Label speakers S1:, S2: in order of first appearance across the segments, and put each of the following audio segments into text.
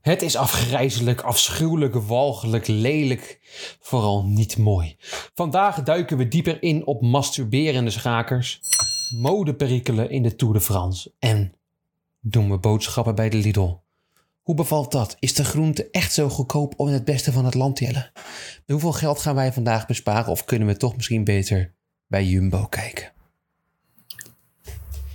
S1: Het is afgrijzelijk, afschuwelijk, walgelijk, lelijk, vooral niet mooi. Vandaag duiken we dieper in op masturberende schakers, modeperikelen in de Tour de France en doen we boodschappen bij de Lidl. Hoe bevalt dat? Is de groente echt zo goedkoop om in het beste van het land te jellen? Hoeveel geld gaan wij vandaag besparen of kunnen we toch misschien beter bij Jumbo kijken?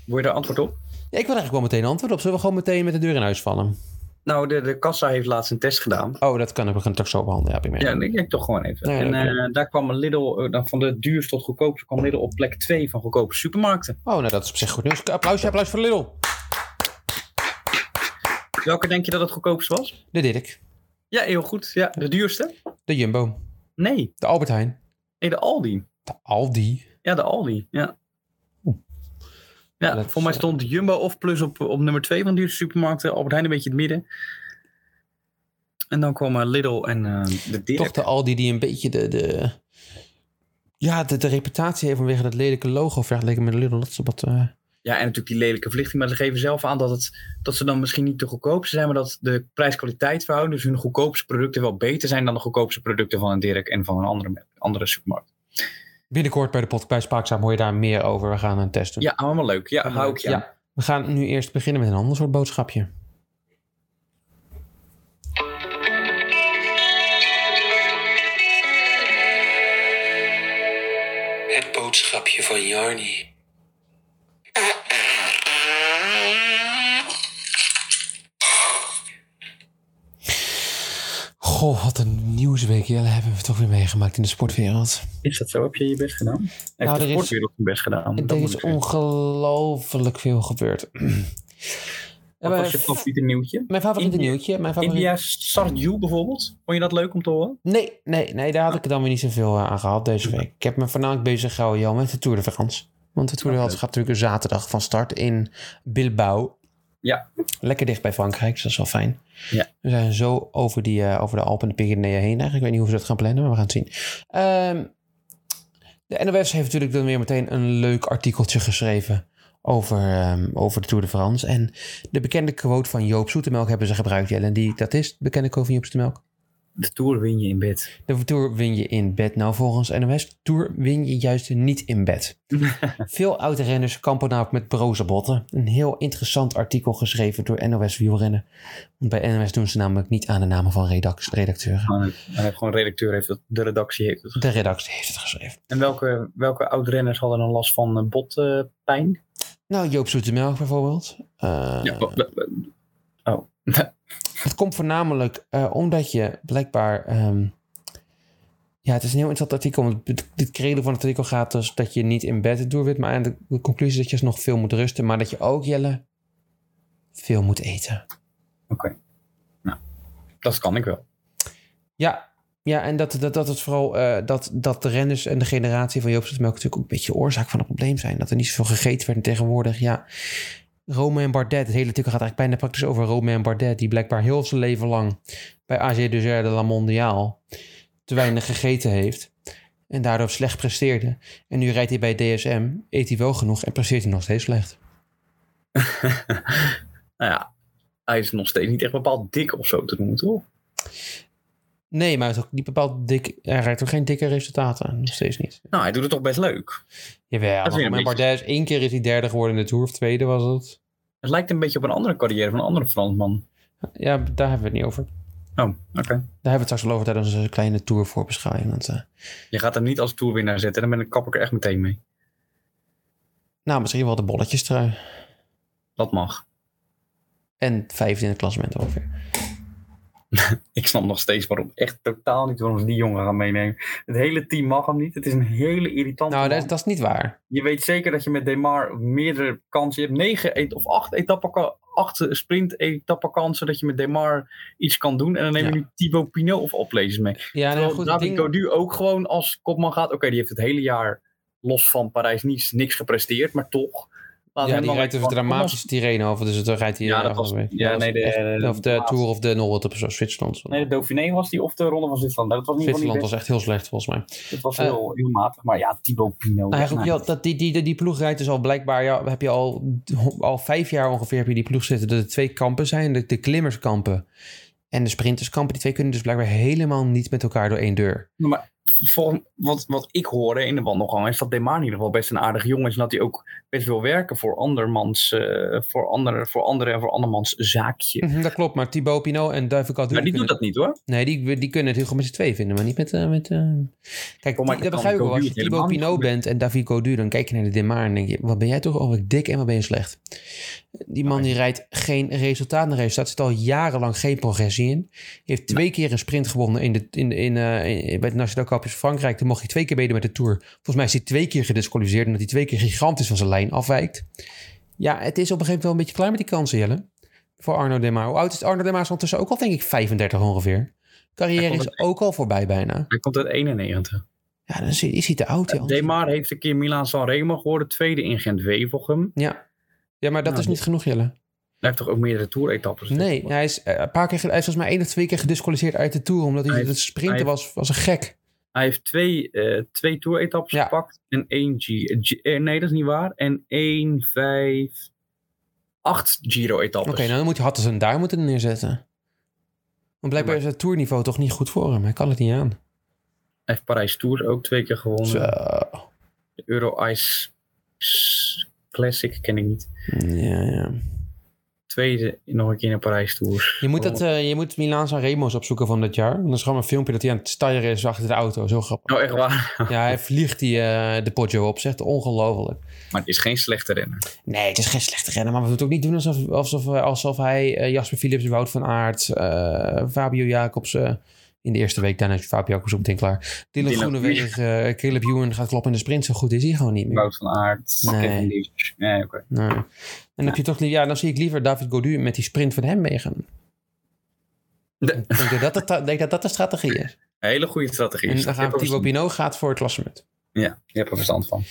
S2: Word je daar antwoord op?
S1: Ja, ik wil eigenlijk wel meteen een antwoord op. Zullen we gewoon meteen met de deur in huis vallen?
S2: Nou, de, de kassa heeft laatst een test gedaan.
S1: Oh, dat kan ik. We gaan het ook zo behandelen. Ja, heb je meer.
S2: Ja, ik denk toch gewoon even.
S1: Nee,
S2: en
S1: dat
S2: eh, daar kwam Lidl, eh, dan van de duurste tot goedkoopste, kwam Lidl op plek 2 van goedkope supermarkten.
S1: Oh, nou dat is op zich goed nieuws. Applausje, applaus voor Lidl.
S2: Welke denk je dat het goedkoopste was?
S1: De Dirk.
S2: Ja, heel goed. Ja, de duurste?
S1: De Jumbo.
S2: Nee,
S1: De Albert Heijn.
S2: nee de Aldi.
S1: De Aldi.
S2: Ja, de Aldi. Ja.
S1: Oeh.
S2: Ja,
S1: Dat
S2: voor mij
S1: is,
S2: stond Jumbo of Plus op, op nummer 2 van de duurste supermarkten. Albert Heijn een beetje in het midden. En dan kwam eh, Lidl en eh, de Dirk.
S1: Toch de Aldi die een beetje de... de ja, de, de reputatie heeft vanwege dat lelijke logo vergeleken met Lidl. Dat is wat... eh,
S2: Ja, en natuurlijk die lelijke verlichting. Maar ze geven zelf aan dat, het, dat ze dan misschien niet de goedkoopste zijn, maar dat de prijs-kwaliteit verhouding, dus hun goedkoopste producten wel beter zijn dan de goedkoopste producten van een Dirk en van een andere, andere supermarkt.
S1: binnenkort bij de podcast bij Spaakzaam hoor je daar meer over. We gaan een test doen.
S2: Ja, allemaal leuk. Ja, hou ik je aan.
S1: We gaan nu eerst beginnen met een ander soort boodschapje.
S3: Het boodschapje van Jarni.
S1: Goh, wat een nieuwsweek. Jelle hebben we toch weer meegemaakt in de sportwereld.
S2: Is dat zo? Heb je je best gedaan? Heeft
S1: Nou, er
S2: de
S1: is-
S2: sportwereld zijn best gedaan?
S1: Er
S2: Dat moet ik
S1: is
S2: zeggen.
S1: ongelooflijk veel gebeurd. Ja,
S2: Wat
S1: maar-
S2: was je favoriete nieuwtje?
S1: Mijn favoriete
S2: India-
S1: nieuwtje. Mijn favoriete...
S2: India Sarju bijvoorbeeld. Vond je dat leuk om te horen?
S1: Nee, nee, nee, daar had ik er dan weer niet zoveel eh, aan gehad deze week. Ik heb me voornamelijk bezig gehouden Jan, met de Tour de France. Want de Tour de
S2: Oké.
S1: France gaat natuurlijk een zaterdag van start in Bilbao.
S2: Ja.
S1: Lekker dicht bij Frankrijk, dus dat is wel fijn.
S2: Ja.
S1: We zijn zo over, die, eh, over de Alpen en de Pyreneeën heen eigenlijk. Ik weet niet hoe ze dat gaan plannen, maar we gaan het zien. Ehm, de NOS heeft natuurlijk dan weer meteen een leuk artikeltje geschreven over, ehm, over de Tour de France. En de bekende quote van Joop Zoetemelk hebben ze gebruikt, Jelle. En die, dat is de bekende quote van Joop Zoetemelk.
S2: De Tour win je in bed.
S1: De Tour win je in bed. Nou, volgens NOS Tour win je juist niet in bed. Veel oud-renners kampen namelijk met broze botten. Een heel interessant artikel geschreven door NOS Wielrennen. Want bij NOS doen ze namelijk niet aan de namen van redact- redacteuren.
S2: Gewoon, eh, gewoon redacteur heeft het, de redactie heeft het.
S1: De redactie heeft het geschreven.
S2: En welke, welke oud-renners hadden dan last van eh, botpijn?
S1: Nou, Joop Zoetemelk bijvoorbeeld. Eh,
S2: Ja, wa- wa- wa-
S1: Het komt voornamelijk eh, omdat je blijkbaar... ehm, ja, het is een heel interessant artikel. Want het, het credo van het artikel gaat dus dat je niet in bed het doel wilt. Maar aan de, de conclusie is dat je nog veel moet rusten. Maar dat je ook, Jelle, veel moet eten.
S2: Oké. Nou, dat kan ik wel.
S1: Ja, ja en dat, dat, dat het vooral eh, dat, dat de renners en de generatie van Joop Zoetemelk natuurlijk ook een beetje oorzaak van het probleem zijn. Dat er niet zoveel gegeten werd en tegenwoordig. Ja, Rome en Bardet, het hele artikel gaat eigenlijk bijna praktisch over Rome en Bardet, die blijkbaar heel zijn leven lang bij AG Dessert de La Mondiale te weinig gegeten heeft. En daardoor slecht presteerde. En nu rijdt hij bij DSM, eet hij wel genoeg en presteert hij nog steeds slecht.
S2: Nou ja, hij is nog steeds niet echt bepaald dik of zo te noemen, toch?
S1: Nee, maar hij is ook niet bepaald dik. Hij rijdt ook geen dikke resultaten. Nog steeds niet.
S2: Nou, hij doet het toch best leuk.
S1: Jawel,
S2: Dat
S1: maar
S2: is weer
S1: Romain
S2: een beetje-
S1: Bardet is één keer is hij derde geworden in de Tour, of tweede was het.
S2: Het lijkt een beetje op een andere carrière van een andere Fransman.
S1: Ja, daar hebben we het niet over.
S2: Oh, oké.
S1: Daar hebben we het straks wel over tijdens een kleine Tour voorbeschouwing. Want, eh,
S2: Je gaat hem niet als toerwinnaar zetten, dan ben ik kap ik er echt meteen mee.
S1: nou, misschien wel de bolletjes trui.
S2: Dat mag.
S1: En vijfde in het klassement ongeveer.
S2: Ik snap nog steeds waarom, echt totaal niet waarom ze die jongen gaan meenemen. Het hele team mag hem niet. Het is een hele irritante
S1: Nou,
S2: man.
S1: dat, dat is niet waar.
S2: Je weet zeker dat je met Demar meerdere kansen. Je hebt negen et- of acht, etappe, acht sprint etappe kansen dat je met Demar iets kan doen. En dan neem je
S1: Ja.
S2: nu Thibaut Pinot of oplezers mee.
S1: Ja, nou,
S2: Terwijl
S1: goed, het
S2: David
S1: ding,
S2: Gaudu ook gewoon als kopman gaat. Oké, die heeft het hele jaar los van Parijs niets, niks gepresteerd, maar toch. Laat
S1: ja,
S2: hem
S1: die
S2: dan
S1: rijdt
S2: even
S1: even
S2: gewoon-
S1: dramatisch Tirreno over. Dus dan rijdt hij...
S2: Ja,
S1: eh,
S2: dat was-
S1: volgens mij.
S2: ja,
S1: Dat was
S2: nee, de-
S1: echt-
S2: de
S1: of de
S2: laatste.
S1: Tour of de Nol op zo, Zwitserland.
S2: Nee, de Dauphiné was die of de Ronde van Zwitserland. Nou, Dat was niet van die
S1: Zwitserland was echt heel slecht volgens mij.
S2: Het was
S1: eh,
S2: heel, heel matig, maar ja, Thibaut Pinot.
S1: Nou, eigenlijk,
S2: nou,
S1: ja, dat, die, die, die, die ploeg rijdt dus al blijkbaar, ja, heb je al, al vijf jaar ongeveer heb je die ploeg zitten, dat er twee kampen zijn, de, de klimmerskampen en de sprinterskampen. Die twee kunnen dus blijkbaar helemaal niet met elkaar door één deur.
S2: Volgens, wat, wat ik hoorde in de wandelgang is dat Demar in ieder geval best een aardig jongen is. En dat hij ook best wil werken voor andermans, eh, voor andere, voor andere en voor andermans zaakje.
S1: Mhm, Dat klopt, maar Thibaut Pinot en Duiven Kaldoen...
S2: Maar die doet dat niet hoor.
S1: Nee, die, die kunnen het heel goed met z'n twee vinden, maar niet met... eh, met eh, Kijk,
S2: Oh, maar
S1: die- dat
S2: dan
S1: begrijp ik wel. Als je
S2: Godu het
S1: Thibaut
S2: helemaal
S1: Pinot
S2: niet.
S1: bent en David Godu, dan kijk je naar de Demar en denk je... Wat ben jij toch alweer dik en wat ben je slecht. Die man die rijdt geen resultaat naar resultaat. Zit al jarenlang geen progressie in. Heeft twee keer een sprint gewonnen in de, in, in, eh, in- bij het Nationaal Kampioenschap Frankrijk. Toen mocht hij twee keer meedoen met de Tour. Volgens mij is hij twee keer gedisqualificeerd... omdat hij twee keer gigantisch van zijn lijn afwijkt. Ja, het is op een gegeven moment wel een beetje klaar met die kansen, Jelle. Voor Arno Demar. Hoe oud is Arno Demar? Is ondertussen ook al, denk ik, 35 ongeveer.
S2: Hij
S1: Carrière
S2: komt
S1: is ook al voorbij bijna.
S2: Hij komt uit 91.
S1: Ja, dan is, hij- is hij te oud. Ja,
S2: Demar heeft een keer Milan Sanremo geworden, tweede in Gent-Wevelgem.
S1: ja. ja maar dat
S2: Nou,
S1: is niet genoeg, Jelle.
S2: Hij heeft toch ook meerdere toeretappes.
S1: Nee, hij is eh, een paar keer, ge- hij is volgens mij één of twee keer gedisqualificeerd uit de Tour. Omdat hij,
S2: Hij
S1: het sprinten
S2: hij-
S1: was, was een gek.
S2: Hij heeft twee, eh twee toeretappes
S1: Ja.
S2: gepakt en één G. G- eh, nee, dat is niet waar. En één, vijf, acht Giro-etappes.
S1: Oké, nou dan moet je Hattensen daar moeten neerzetten. Want blijkbaar
S2: Ja,
S1: is het toerniveau toch niet goed voor hem. Hij kan het niet aan.
S2: Hij heeft Parijs Tours ook twee keer gewonnen.
S1: Zo.
S2: De Euro Ice S- Classic ken ik niet.
S1: Ja, ja.
S2: Tweede nog een keer naar Parijs Tours.
S1: Je moet, dat, eh, je moet Milaan San Remo's opzoeken van dit jaar. Want Dat is gewoon een filmpje dat hij aan het stijgen is achter de auto. Zo grappig.
S2: Nou, echt waar.
S1: Ja, hij vliegt die, eh, de Poggio op, zegt ongelooflijk.
S2: Maar het is geen slechte renner.
S1: Nee, het is geen slechte renner, maar we moeten ook niet doen alsof, alsof, alsof hij eh, Jasper Philips, Wout van Aert, eh, Fabio Jacobsen. in de eerste week daarna is Fabio Jacobs op meteen klaar. Dylan
S2: Dylan
S1: Groeneweg, eh Caleb Ewan gaat kloppen in de sprint. Zo goed is hij gewoon niet meer.
S2: Wout van Aert.
S1: Nee.
S2: Kevin Leach. Nee, oké.
S1: Nee. En dan, heb je toch, li- ja, dan zie ik liever David Godu met die sprint van hem meegaan.
S2: De-
S1: Ik denk dat dat, de- ik denk dat dat de strategie is.
S2: Een hele goede strategie.
S1: En dan
S2: Je hebt
S1: gaan
S2: er
S1: Thibaut Pinot gaat voor het klassement.
S2: Ja, je hebt er verstand van.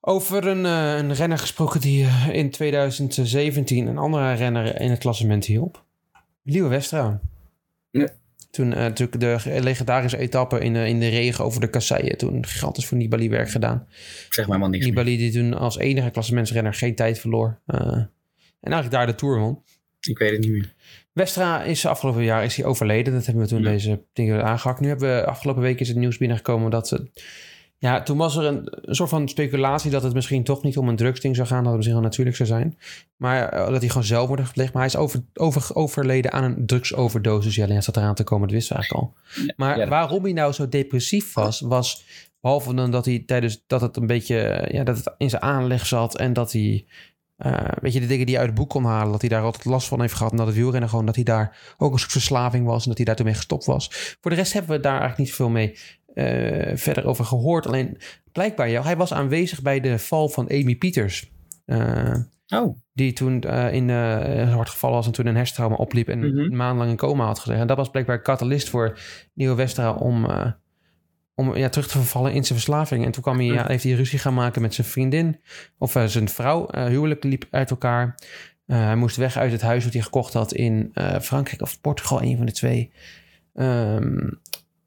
S1: Over een, eh, een renner gesproken die eh, in 2017 een andere renner in het klassement hielp. Liewe Westra.
S2: Ja.
S1: Toen eh, natuurlijk de legendarische etappe in, eh, in de regen over de kasseien. Toen gigantisch voor Nibali werk gedaan.
S2: Ik zeg maar helemaal niks. meer.
S1: Nibali die toen als enige klassementsrenner geen tijd verloor. eh, en eigenlijk daar de Tour won.
S2: Ik weet het niet meer.
S1: Westra is afgelopen jaar is hij overleden. Dat hebben we toen
S2: Ja.
S1: deze dingen aangehakt. Nu hebben we afgelopen week is het nieuws binnengekomen dat ze. Ja, toen was er een, een soort van speculatie dat het misschien toch niet om een drugsding zou gaan. Dat het misschien wel natuurlijk zou zijn. Maar eh, dat hij gewoon zelf wordt gepleegd. Maar hij is over, over, overleden aan een drugsoverdosis. Ja, alleen dat zat eraan te komen. Dat wisten we eigenlijk al. Maar
S2: ja, dat-
S1: waarom hij nou zo depressief was, was behalve dan dat hij tijdens dat het een beetje eh, ja, dat het in zijn aanleg zat en dat hij eh, weet je, de dingen die hij uit het boek kon halen, dat hij daar altijd last van heeft gehad. En dat het wielrennen gewoon, dat hij daar ook een soort verslaving was. En dat hij daar toen mee gestopt was. Voor de rest hebben we daar eigenlijk niet veel mee eh, verder over gehoord. Alleen blijkbaar, ja, hij was aanwezig bij de val van Amy Pieters. Eh,
S2: Oh,
S1: die toen eh, in eh hard gevallen was en toen een hersentrauma opliep en
S2: Mhm.
S1: maandenlang in coma had gezeten. En dat was blijkbaar een catalyst voor Nieuwe Westra om, eh, om ja, terug te vervallen in zijn verslaving. En toen kwam hij, ja, heeft hij ruzie gaan maken met zijn vriendin of eh, zijn vrouw. Eh, huwelijk liep uit elkaar. Eh, hij moest weg uit het huis dat hij gekocht had in eh, Frankrijk of Portugal, een van de twee. Ehm,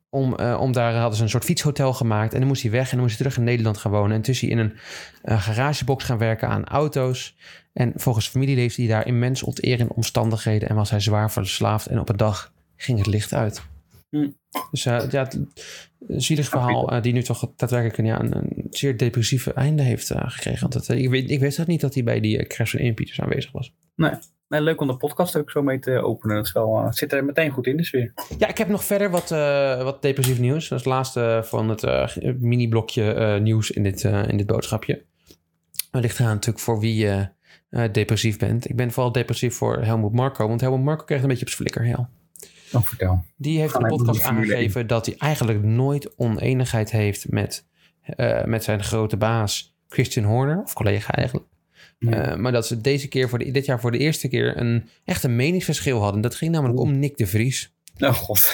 S1: om, eh, om daar hadden ze een soort fietshotel gemaakt. En dan moest hij weg en dan moest hij terug in Nederland gaan wonen. En tussen in een eh, garagebox gaan werken aan auto's. En volgens familie leefde hij daar immens onterende omstandigheden en was hij zwaar verslaafd. En op een dag ging het licht uit.
S2: Hm.
S1: Dus eh, ja, het een zielig verhaal eh, die nu toch daadwerkelijk ja, een, een zeer depressieve einde heeft eh, gekregen. Want het, eh, ik, weet, ik wist dat niet dat hij bij die eh, crash van Ian Peters aanwezig was.
S2: nee, leuk om de podcast ook zo mee te openen. Het, is wel, eh, het zit er meteen goed in de sfeer.
S1: Ja, ik heb nog verder wat, eh, wat depressief nieuws. Dat is het laatste van het eh, mini-blokje eh, nieuws in dit, eh, in dit boodschapje. Het ligt eraan natuurlijk voor wie je eh, depressief bent. Ik ben vooral depressief voor Helmoet Marco. Want Helmoet Marco kreeg een beetje op zijn flikker, heel.
S2: Oh, vertel.
S1: Die heeft in
S2: Gaan
S1: de
S2: wij doen
S1: podcast
S2: de Formule
S1: aangegeven dat hij eigenlijk nooit oneenigheid heeft met, eh, met zijn grote baas Christian Horner, of collega eigenlijk.
S2: Ja.
S1: Eh, maar dat ze deze keer voor de, dit jaar voor de eerste keer een echt een meningsverschil hadden. Dat ging namelijk om Nick de Vries.
S2: Oh god.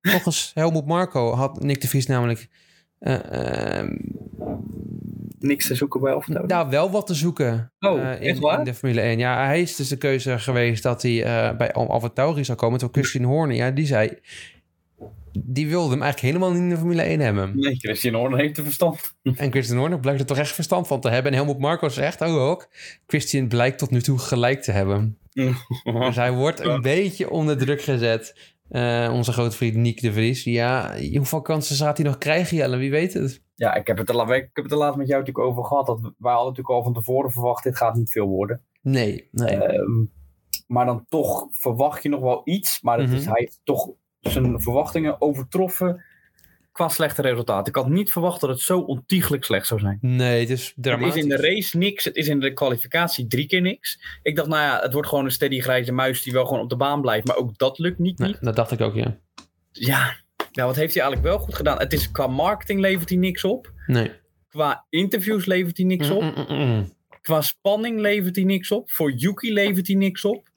S1: Volgens Helmoet Marco had Nick de Vries namelijk eh, eh,
S2: Niks te zoeken bij of nou.
S1: daar wel wat te zoeken
S2: Oh,
S1: eh,
S2: echt
S1: in,
S2: waar?
S1: in de Formule 1. Ja, hij is dus de keuze geweest dat hij eh, bij Alfa Tauri zou komen. Toen Christian Horner, ja, die zei... die wilde hem eigenlijk helemaal niet in de Formule 1 hebben.
S2: Nee, Christian Horner heeft er verstand.
S1: En Christian Horner blijkt er toch echt verstand van te hebben. En Helmut Marko zegt ook, ook, Christian blijkt tot nu toe gelijk te hebben. Dus hij wordt een
S2: Ja.
S1: beetje onder druk gezet. Eh, onze grote vriend Nick de Vries. Ja, hoeveel kansen gaat hij nog krijgen, Jelle? Wie weet het?
S2: Ja, ik heb, het er, la- ik heb het er laatst met jou natuurlijk over gehad. Dat we- wij hadden natuurlijk al van tevoren verwacht, dit gaat niet veel worden.
S1: Nee, nee.
S2: Ehm, maar dan toch verwacht je nog wel iets. Maar het is,
S1: Mhm.
S2: hij heeft toch zijn verwachtingen overtroffen qua slechte resultaten. Ik had niet verwacht dat het zo ontiegelijk slecht zou zijn.
S1: Nee, het is
S2: Het is
S1: dramatisch.
S2: in de race niks. Het is in de kwalificatie drie keer niks. Ik dacht, nou ja, het wordt gewoon een steady grijze muis die wel gewoon op de baan blijft. Maar ook dat lukt niet.
S1: Nee, nou,
S2: niet.
S1: dat dacht ik ook, ja.
S2: Ja, nou wat heeft hij eigenlijk wel goed gedaan? Het is, qua marketing levert hij niks op.
S1: Nee.
S2: Qua interviews levert hij niks op.
S1: Mm, mm, mm, mm.
S2: Qua spanning levert hij niks op. Voor Yuki levert hij niks op.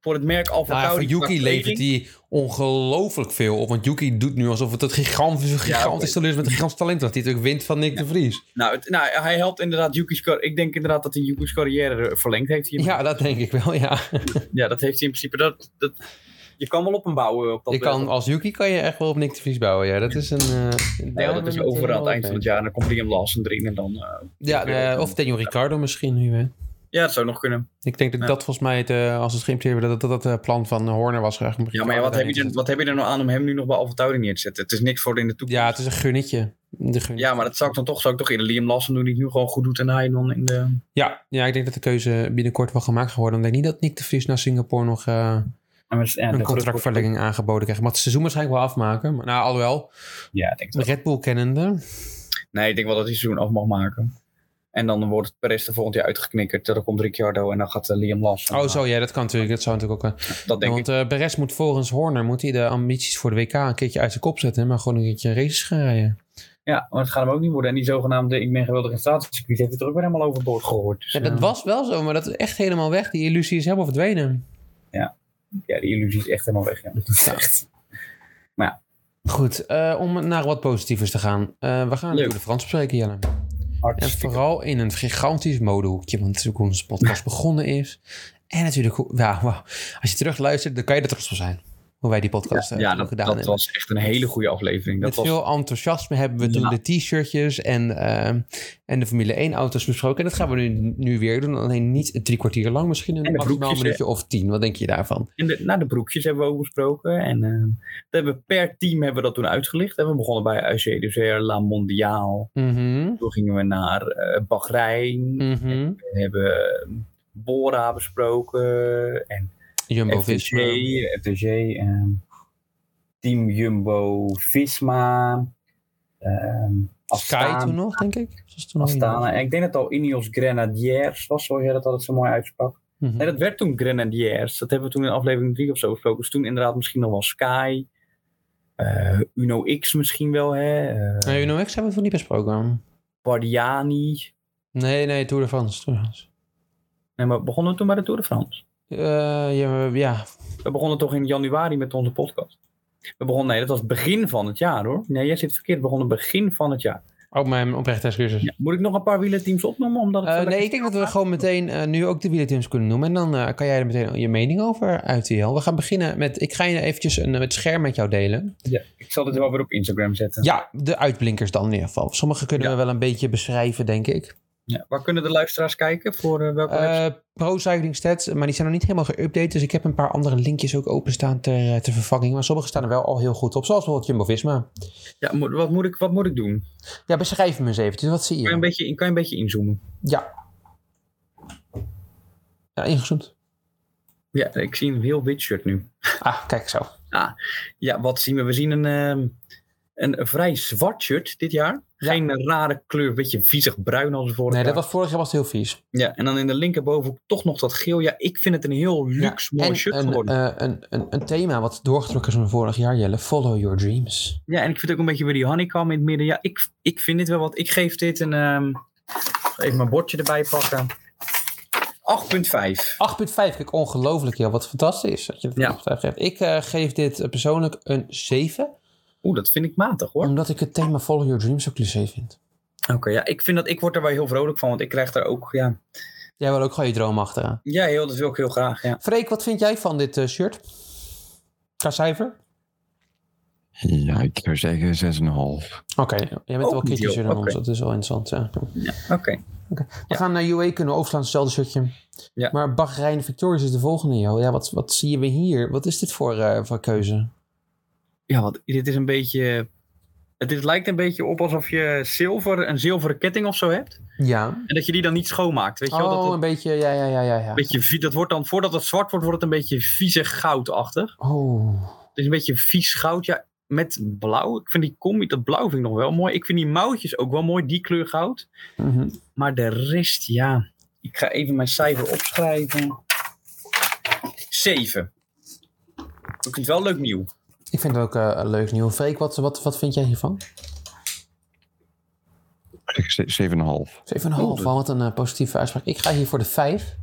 S2: Voor het merk Alpha
S1: Nou ja, voor
S2: Tauri.
S1: Yuki
S2: qua
S1: levert
S2: kleding.
S1: hij ongelooflijk veel op. Want Yuki doet nu alsof het een gigantisch, gigantisch talent is met een gigantisch talent. Dat hij natuurlijk wint van Nick de Vries.
S2: Nou, het- nou, hij helpt inderdaad Yuki's carrière. Ik denk inderdaad dat hij Yuki's carrière eh, verlengd heeft hier.
S1: Ja, dat denk ik wel, ja.
S2: Ja, dat heeft hij in principe. Dat, dat, je kan wel op hem bouwen op dat
S1: Je kan,
S2: level.
S1: als Yuki kan je echt wel op Nick de Vries bouwen, ja. Dat is een... eh, een
S2: Ja,
S1: dame
S2: dat is
S1: met
S2: over
S1: een
S2: aan het eind van het jaar. En dan komt Liam Lawson erin en dan... eh,
S1: Ja, eh, of Daniel Ricardo misschien nu, hè.
S2: ja, dat zou nog kunnen.
S1: Ik denk dat
S2: Ja.
S1: dat volgens mij, het, eh, als het geïmplementeerd werd, dat dat het plan van Horner was. eh, eigenlijk.
S2: Ja, maar ja, wat, heb je er, wat heb je er nou aan om hem nu nog bij Alpha Tauri neer te zetten? Het is niks voor in de toekomst.
S1: Ja, het is een gunnetje. De gun... ja.
S2: Ja, maar dat zou ik dan toch, zou ik toch in de Liam Lawson doen die het nu gewoon goed doet en hij dan in de...
S1: Ja, ik denk dat de keuze binnenkort wel gemaakt gaat worden. Ik denk niet dat Nick de Vries naar Singapore nog eh, een contractverlenging aangeboden krijgt. Maar het seizoen waarschijnlijk wel afmaken. Maar, nou, alhoewel,
S2: Ja, ik denk dat.
S1: Red Bull kennende.
S2: Nee, ik denk wel dat hij het seizoen af mag maken. En dan wordt het Perez er volgend jaar uitgeknikkerd. Dan komt Ricciardo en dan gaat eh, Liam Lawson.
S1: Oh, zo, ja, dat kan natuurlijk. Dat zou natuurlijk ook... eh,
S2: Dat denk ik.
S1: want eh Perez moet volgens Horner moet hij de ambities voor de WK een keertje uit zijn kop zetten. Maar gewoon een keertje races gaan rijden.
S2: Ja, maar het gaat hem ook niet worden. En die zogenaamde ik ben geweldig in staatscircuit heeft het er ook weer helemaal overboord gehoord. Dus,
S1: Ja, dat
S2: eh,
S1: was wel zo, maar dat is echt helemaal weg. Die illusie is helemaal verdwenen.
S2: ja, die illusie is echt helemaal weg. Ja. Dat is echt...
S1: Goed, eh, om naar wat positievers te gaan. Eh, we gaan
S2: Leuk.
S1: Leuk. de Frans spreken, Jelle. En
S2: Hartstikke.
S1: vooral in een gigantisch modehoekje, want natuurlijk hoe onze podcast begonnen is. En natuurlijk, hoe- ja, wauw. als je terug luistert, dan kan je er trots op zijn. Hoe wij die podcast eh,
S2: Ja, dat,
S1: gedaan
S2: dat
S1: hebben.
S2: was echt een hele goede aflevering. Dat
S1: Met
S2: was,
S1: veel enthousiasme hebben we toen
S2: Ja.
S1: de t-shirtjes en, ehm, en de Formule 1 auto's besproken. En dat gaan we nu, nu weer doen. Alleen niet drie kwartier lang, misschien
S2: En
S1: een
S2: de
S1: maximaal
S2: broekjes, hè?
S1: minuutje of tien. Wat denk je daarvan?
S2: en de, nou, de broekjes hebben we ook besproken. En eh, dat hebben we per team hebben we dat toen uitgelicht. En we begonnen bij AG Duzer, La Mondiale.
S1: Mhm,
S2: Toen gingen we naar eh, Bahrein.
S1: mhm.
S2: We hebben eh, Bora besproken. En
S1: Jumbo
S2: FTG,
S1: Visma.
S2: FTG, ehm, Team Jumbo, Visma, ehm
S1: Sky toen
S2: Astana.
S1: nog, denk ik. Dat was toen al
S2: Astana. En ik denk dat het al Ineos Grenadiers was, zoals jij dat altijd zo mooi uitsprak.
S1: Mhm.
S2: Nee, dat werd toen Grenadiers. Dat hebben we toen in aflevering 3 of zo besproken. Dus toen inderdaad misschien nog wel Sky. eh, Uno X misschien wel, hè? eh,
S1: Nee, Uno X hebben we toen niet besproken.
S2: Bardiani.
S1: Nee, nee, Tour de France. Tour de France.
S2: Nee, maar we begonnen toen bij de Tour de France.
S1: Eh, ja, we- ja,
S2: We begonnen toch in januari met onze podcast. We begonnen, nee, dat was begin van het jaar hoor. Nee, jij zit verkeerd. We begonnen begin van het jaar.
S1: ook mijn oprechte excuses.
S2: Ja, Moet ik nog een paar wielerteams opnoemen? Omdat het
S1: Eh,
S2: zo
S1: nee,
S2: lekker-
S1: ik denk dat we gewoon meteen eh, nu ook de wielerteams kunnen noemen. En dan eh, kan jij er meteen je mening over uiten, Jel. We gaan beginnen met... Ik ga je eventjes een, het scherm met jou delen.
S2: Ja, ik zal dit wel weer op Instagram zetten. Ja.
S1: Ja, de uitblinkers dan in ieder geval. Sommige kunnen
S2: Ja.
S1: we wel een beetje beschrijven, denk ik.
S2: Waar kunnen de luisteraars kijken voor eh, welke website?
S1: Eh Pro Cycling Stats, eh, maar die zijn nog niet helemaal geüpdate. Dus ik heb een paar andere linkjes ook openstaan ter, eh, ter vervanging. Maar sommige staan er wel al heel goed op. Zoals bijvoorbeeld Jumbo-Visma.
S2: Ja, moet- wat, moet ik, wat moet ik doen? Kan
S1: Ja, beschrijf hem eens eventjes. Wat zie je?
S2: je een beetje, kan je een beetje inzoomen?
S1: Ja. Ja, ingezoomd.
S2: Ja, ik zie een heel wit shirt nu.
S1: Ah, kijk zo.
S2: Ja, wat zien we? We zien een, ehm, een vrij zwart shirt dit jaar. Geen rare kleur, een beetje viezig bruin als vorig
S1: Nee,
S2: jaar.
S1: dat was vorig jaar was het heel vies.
S2: Ja, en dan in de linkerbovenhoek toch nog dat geel. Ja, ik vind het een heel luxe mooi
S1: en
S2: shirt
S1: een,
S2: geworden.
S1: eh, een, een, een thema wat doorgetrokken is van vorig jaar, Jelle. Follow your dreams.
S2: Ja, en ik vind ook een beetje weer die honeycomb in het midden. Ja, ik, ik vind dit wel wat. Ik geef dit een... ehm, even mijn bordje erbij pakken. 8,5.
S1: 8.5, kijk, ongelooflijk, Jelle. Wat fantastisch dat je dat
S2: Ja.
S1: opgetuigd hebt. Ik eh, geef dit eh, persoonlijk een 7,
S2: Oeh, dat vind ik matig hoor.
S1: omdat ik het thema Follow your dreams zo cliché vind.
S2: Oké, ja, ik vind dat... Ik word er wel heel vrolijk van, want ik krijg daar ook... Ja,
S1: Jij wil ook gewoon je droom achteraan.
S2: ja heel, dat wil ik heel graag, ja.
S1: Freek, wat vind jij van dit eh, shirt? Qua cijfer?
S4: Ja, ik zou zeggen 6,5.
S1: Oké, jij bent
S2: Ook
S1: wel
S2: niet,
S1: kritischer
S2: joh.
S1: dan
S2: Oké.
S1: ons. Dat is wel interessant. Ja.
S2: Oké.
S1: We
S2: Ja.
S1: gaan naar UAE kunnen overslaan, hetzelfde shotje.
S2: Ja.
S1: Maar Bahrein Victorious is de volgende, joh. Ja, wat, wat zien we hier? Wat is dit voor, eh, voor keuze?
S2: Ja, want dit is een beetje. Het is- lijkt een beetje op alsof je zilver, een zilveren ketting of zo hebt.
S1: Ja.
S2: En dat je die dan niet schoonmaakt. Weet je wel?
S1: oh,
S2: Dat, het
S1: een beetje, ja, ja, ja, ja. ja.
S2: een beetje, vie- dat wordt dan, voordat het zwart wordt, wordt het een beetje viezig goudachtig.
S1: Oh.
S2: Het is een beetje vies goud, ja. Met blauw. Ik vind die combi, dat blauw vind ik nog wel mooi. Ik vind die mouwtjes ook wel mooi, die kleur goud.
S1: Mhm.
S2: Maar de rest, ja. Ik ga even mijn cijfer opschrijven. 7. Ik vind het wel leuk nieuw.
S1: Ik vind het ook eh, een leuk nieuw. Freek, wat, wat, wat vind jij hiervan? 7,5.
S4: Ik zeg 7,5.
S2: Oh,
S1: Wel wat een eh, positieve uitspraak. Ik ga hier voor de 5.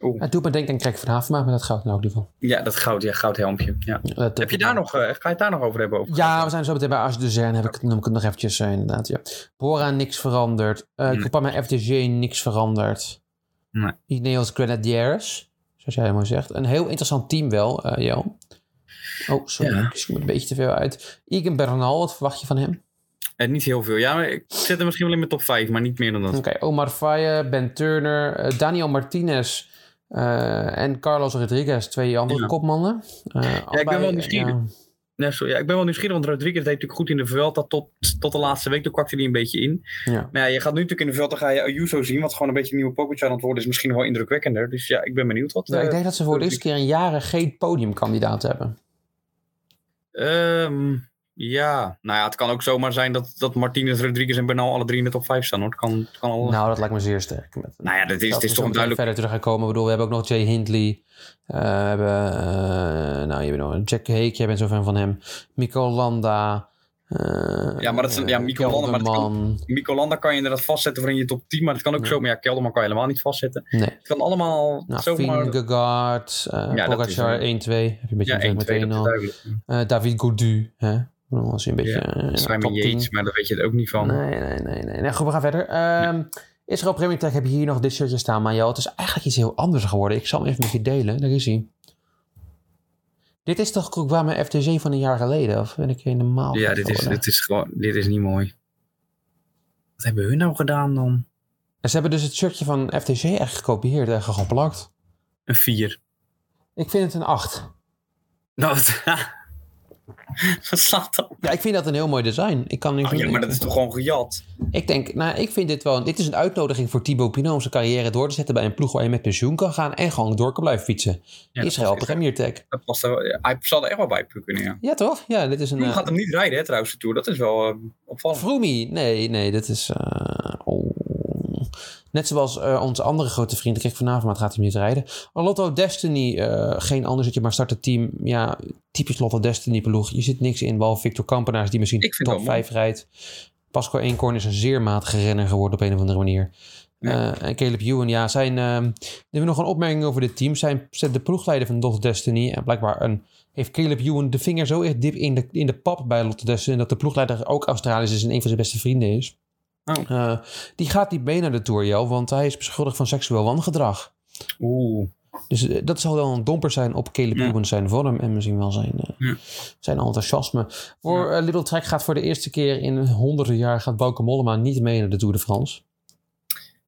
S2: Oeh.
S1: Het doet me denken aan Krek van Havenmaat, maar dat gaat nou ook niet van.
S2: Ja, dat goud, ja, goudhelmpje. Ja.
S1: Ja, dat-
S2: Heb je daar nog, eh, ga je het daar nog over hebben? Over
S1: Ja, we zijn zo meteen bij As de Zern. Heb ik, noem ik het nog eventjes eh, inderdaad. Ja. Bora, niks veranderd. Eh
S2: Nee.
S1: Groupama FDG, niks veranderd.
S2: Nee.
S1: Ineos Grenadiers, zoals jij mooi zegt. Een heel interessant team wel, eh Jo. Oh, sorry,
S2: Ja.
S1: ik schiet me een beetje te veel uit. Igen Bernal, wat verwacht je van hem?
S2: Eh, niet heel veel. Ja, maar ik zet hem misschien wel in mijn top 5, maar niet meer dan dat.
S1: Oké, Omar Faye, Ben Turner, eh, Daniel Martinez eh, en Carlos Rodriguez. Twee andere
S2: Ja.
S1: kopmannen. Eh, allebei,
S2: wel
S1: eh,
S2: nieuwsgierig.
S1: ja.
S2: Nee, sorry, ja, ik ben wel nieuwsgierig, want Rodriguez deed natuurlijk goed in de Vuelta tot, tot de laatste week. Toen kwakte hij een beetje in.
S1: Ja.
S2: Nou ja, je gaat nu natuurlijk in de Vuelta ga je Ayuso zien, wat gewoon een beetje een nieuwe Pogacar aan het worden is. Misschien nog wel indrukwekkender. Dus ja, ik ben benieuwd wat...
S1: Nou,
S2: eh,
S1: ik denk dat ze voor de eerste keer in jaren geen podiumkandidaat hebben.
S2: ehm, ja, nou ja, het kan ook zomaar zijn dat, dat Martinez, Rodriguez en Bernal alle drie in de top 5 staan. Hoor. Het kan, het kan al...
S1: Nou, dat lijkt me zeer sterk. Met,
S2: Nou ja,
S1: dat
S2: dat is- het
S1: we
S2: is
S1: zo
S2: toch een
S1: meteen
S2: duidelijk...
S1: verder terug gaan komen. Ik bedoel, we hebben ook nog Jay Hindley. Eh, we hebben, eh, nou, je bent nog een Jack Hake, jij bent zo fan van hem. Mico Landa. eh,
S2: Ja, maar dat is- ja,
S1: eh,
S2: Mico Landa, maar dat kan-
S1: Kelderman.
S2: Mico Landa kan je inderdaad vastzetten voor in je top 10, maar het kan ook
S1: Ja.
S2: zo... Maar ja, Kelderman kan je helemaal niet vastzetten.
S1: Nee.
S2: Het kan allemaal
S1: Nou,
S2: zomaar...
S1: Fien, Gegaard, eh,
S2: Ja, dat is
S1: Pogacar,
S2: een-
S1: 1-2. Heb je een beetje
S2: Ja,
S1: een
S2: 1, 2,
S1: meteen
S2: dat is
S1: al.
S2: duidelijk.
S1: Eh, David Goudu, hè? Ik bedoel, Als je een beetje...
S2: Ja,
S1: eh, in de
S2: Simon
S1: top 10.
S2: Yates, maar daar weet je het ook niet van.
S1: Nee, nee, nee. nee. nee goed, we gaan verder. Ehm Israël Premier Tech heb je hier nog dit shirtje staan. Maar joh, het is eigenlijk iets heel anders geworden. Ik zal hem even met je delen. Daar is hij. Dit is toch Kroekwame FTG van een jaar geleden? Of ben ik helemaal...
S2: Ja,
S1: gek
S2: dit is,
S1: geworden?
S2: dit is gewoon, dit is niet mooi. Wat hebben hun nou gedaan dan?
S1: En ze hebben dus het shirtje van FTG echt gekopieerd en gewoon geplakt.
S2: Een 4.
S1: Ik vind het een 8.
S2: Nou, wat, wat slaat dat?
S1: Ja, ik vind dat een heel mooi design. Ik kan nu
S2: Oh, ja, maar dat is toch gewoon gejat?
S1: Ik denk, nou, ik vind dit wel... Dit is een uitnodiging voor Thibaut Pinot om zijn carrière door te zetten bij een ploeg waar je met pensioen kan gaan en gewoon door kan blijven fietsen.
S2: Ja,
S1: Israël
S2: dat past-
S1: Premier Tech.
S2: dat past er wel- ja, Hij zal er echt wel bij kunnen, ja.
S1: Ja, toch? Ja, dit is een...
S2: Vroom
S1: eh,
S2: gaat hem niet rijden, hè, trouwens, de Tour. Dat is wel eh, opvallend.
S1: Vroomie, nee, nee, dat is... eh, oh. Net zoals eh, onze andere grote vriend, kijk vanavond, maar het gaat hem niet rijden. Lotto Destiny, eh, geen ander zit je maar start het team. Ja, typisch Lotto Destiny ploeg. Je zit niks in, behalve Victor Kampenaars die misschien
S2: Ik vind
S1: top
S2: het wel mooi.
S1: 5 rijdt. Pascal Eenkorn is een zeer matige renner geworden op een of andere manier.
S2: Ja.
S1: Eh, en Caleb Ewan, ja, zijn... ehm, er is nog een opmerking over dit team. Zijn de ploegleider van Lotto Destiny en blijkbaar een heeft Caleb Ewan de vinger zo echt dip in de, in de pap bij Lotte Dessen. Dat de ploegleider ook Australisch is en een van zijn beste vrienden is.
S2: Oh.
S1: Eh, die gaat niet mee naar de Tour, Jo, want hij is beschuldigd van seksueel wangedrag.
S2: Oeh.
S1: Dus eh, dat zal dan een domper zijn op Caleb
S2: Ja.
S1: Ewan zijn vorm en misschien wel zijn, eh,
S2: Ja.
S1: zijn enthousiasme. Voor eh, Little Trek gaat voor de eerste keer in honderden jaar gaat Bauke Mollema niet mee naar de Tour de France.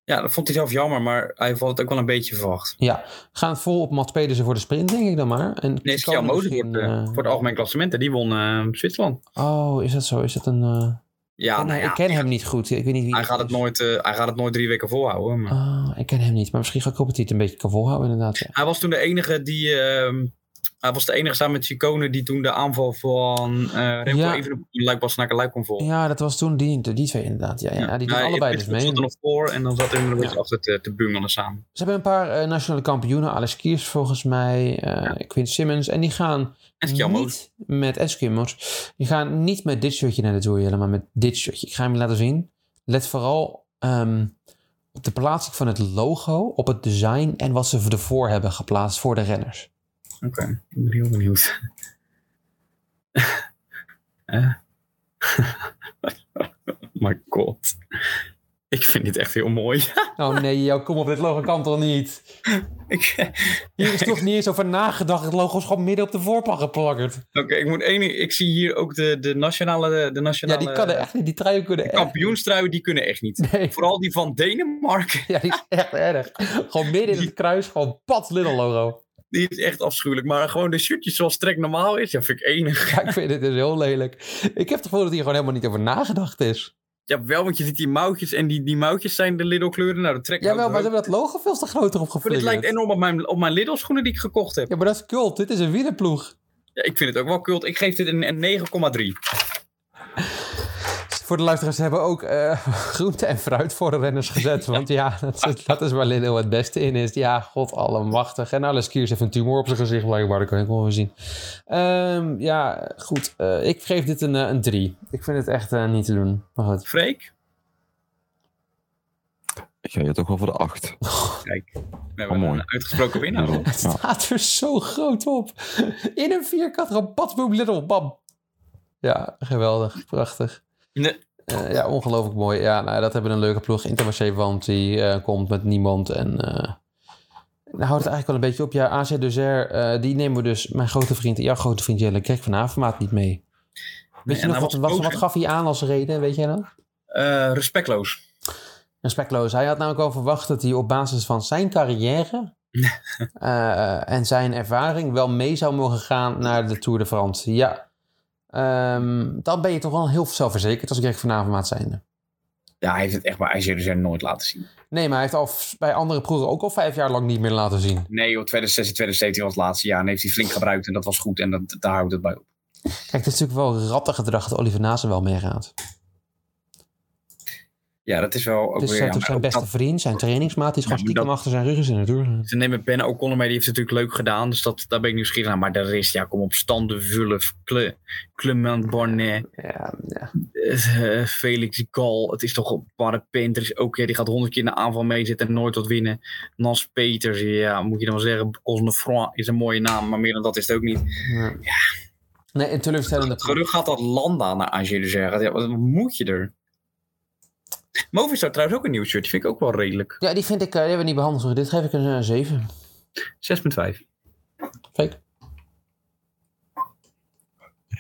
S2: Ja, dat vond hij zelf jammer, maar hij had het ook wel een beetje verwacht.
S1: Ja, gaan vol op Matt Pedersen voor de sprint, denk ik dan maar. En
S2: Nee, Jan
S1: kan
S2: Mozen
S1: misschien,
S2: wordt, eh,
S1: eh,
S2: voor het algemeen klassement. hè. Die won eh, Zwitserland.
S1: Oh, is dat zo? Is dat een... eh,
S2: Ja,
S1: oh, nee,
S2: nou ja,
S1: ik ken hem niet goed. Ik weet niet wie
S2: hij
S1: het
S2: gaat het
S1: is.
S2: nooit, eh, hij gaat het nooit drie weken volhouden. Maar...
S1: Ah, ik ken hem niet, maar misschien ga ik op het een beetje kan volhouden inderdaad. Ja.
S2: Hij was toen de enige die. ehm, hij was de enige samen met Chicone die toen de aanval van eh Remco
S1: Ja.
S2: Evenepoel in Luik naar Luik kon volgen.
S1: ja, dat was toen die, die twee inderdaad. Ja, ja. ja, die doen
S2: Nou,
S1: allebei
S2: het-
S1: dus
S2: het
S1: mee.
S2: stond er nog voor en dan zat hij er een beetje
S1: Ja.
S2: achter te, te bungelen samen.
S1: Ze hebben een paar eh, nationale kampioenen. Alex Kiers volgens mij, eh Quinn Simmons. En die gaan
S2: En Moos.
S1: niet met Eskimo's. Die gaan niet met dit shirtje naar de Tour Jelle, maar met dit shirtje. Ik ga hem je laten zien. Let vooral ehm, op de plaatsing van het logo, op het design en wat ze ervoor hebben geplaatst voor de renners.
S2: Oké, ik ben heel benieuwd. Eh? My god. Ik vind dit echt heel mooi.
S1: Oh nee, joh, kom op, dit logo kan toch niet?
S2: Ik-
S1: Hier is toch niet eens over nagedacht. Het logo is gewoon midden op de voorpag geplakkerd.
S2: Oké, ik moet één. ding- Ik zie hier ook de, de nationale. De
S1: Ja,
S2: nationale
S1: die kan echt niet. eh, Die truien kunnen
S2: Eh.
S1: echt
S2: Kampioenstruien, die kunnen echt niet.
S1: Nee,
S2: Vooral die van Denemarken.
S1: ja, die is echt erg. Gewoon midden in het kruis, gewoon pats Lidl logo.
S2: Die is echt afschuwelijk. Maar gewoon de shirtjes zoals trek normaal is, ja, vind ik enig.
S1: Ja, ik vind dit dus heel lelijk. Ik heb het gevoel dat hier gewoon helemaal niet over nagedacht is.
S2: Ja, wel, want je ziet die mouwtjes. En die, die mouwtjes zijn de Lidl kleuren. Nou, dat trekt me
S1: Jawel,
S2: ook
S1: maar ze
S2: dood.
S1: hebben dat logo veel te groter op
S2: Maar dit lijkt
S1: geflikkerd.
S2: enorm op mijn, op mijn Lidl schoenen die ik gekocht heb.
S1: Ja, maar dat is cult. Dit is een wielerploeg.
S2: Ja, ik vind het ook wel kult. Ik geef dit een, een 9,3.
S1: Voor de luisteraars ze hebben ook eh, groente en fruit voor de renners gezet. Want ja, dat, is- dat is waar Lidl het beste in is. Ja, god allemachtig. En Alice Kiers heeft een tumor op zijn gezicht blijkbaar. Dat kan ik wel weer zien. Ehm, ja, goed. Eh, ik geef dit een, eh, een 3. Ik vind het echt eh, niet te doen. Maar goed.
S2: Freek?
S4: Ik ga je toch wel voor de acht.
S2: Kijk, we hebben
S4: Oh, mooi.
S2: een uitgesproken winnaar.
S4: Ja.
S1: Het staat er zo groot op. In een vierkant gewoon badboom little bam. Ja, geweldig. Prachtig.
S2: Nee.
S1: Eh, ja, ongelooflijk mooi. Ja, nou, dat hebben we een leuke ploeg. Intermarché, want die eh, komt met niemand. En eh nou, houdt het eigenlijk wel een beetje op. Ja, AC Duzer, eh die nemen we dus, mijn grote vriend, jouw grote vriend Jelle Kerk van Avermaat niet mee. Weet
S2: en
S1: je nog,
S2: hij
S1: wat,
S2: was
S1: wat,
S2: boos,
S1: wat
S2: hè?
S1: gaf hij aan als reden, weet jij dat?
S2: Eh, respectloos.
S1: Respectloos. Hij had namelijk al verwacht dat hij op basis van zijn carrière eh, en zijn ervaring wel mee zou mogen gaan naar de Tour de France. Ja. Ehm, dan ben je toch wel heel zelfverzekerd als ik echt vanavond maat zijnde.
S2: Ja, hij heeft het echt bij IJzer dus nooit laten zien.
S1: Nee, maar hij heeft al v- bij andere ploegen ook al vijf jaar lang niet meer laten zien.
S2: Nee joh, 2016, 2017 was het laatste jaar. En heeft hij flink gebruikt en dat was goed. En dat, daar houdt het bij op.
S1: Kijk, het is natuurlijk wel rattengedrag dat Oliver Naassen wel meegaat.
S2: Ja, dat is wel ook
S1: Het is eh,
S2: weer... ja,
S1: natuurlijk
S2: maar
S1: zijn
S2: ook
S1: beste
S2: dat-
S1: vriend, zijn trainingsmaat. Die is gewoon
S2: Ja, maar
S1: stiekem achter zijn rug is in de Tour.
S2: Ze nemen Ben O'Connor mee, die heeft het natuurlijk leuk gedaan. Dus dat, daar ben ik nieuwsgierig naar. Maar de rest, ja, kom op. Standen Vulf, Cle, Clement Barnet,
S1: Ja, ja.
S2: eh, Felix Gal. Het is toch op parapent. Er is ook, ja, die gaat honderd keer in de aanval meezitten en nooit tot winnen. Nas Peters, ja, moet je dan wel zeggen. Cosnefroid is een mooie naam, maar meer dan dat is het ook niet.
S1: Nee, een teleurstellende
S2: Het gerucht gaat dat Landa naar Angelo zeggen. Ja, wat moet je er? Movistar trouwens ook een nieuw shirt. Die vind ik ook wel redelijk.
S1: Ja, die vind ik, eh, die hebben we niet behandeld. hoor. Dit geef ik een eh, 7.
S2: 6,5.
S1: Fake.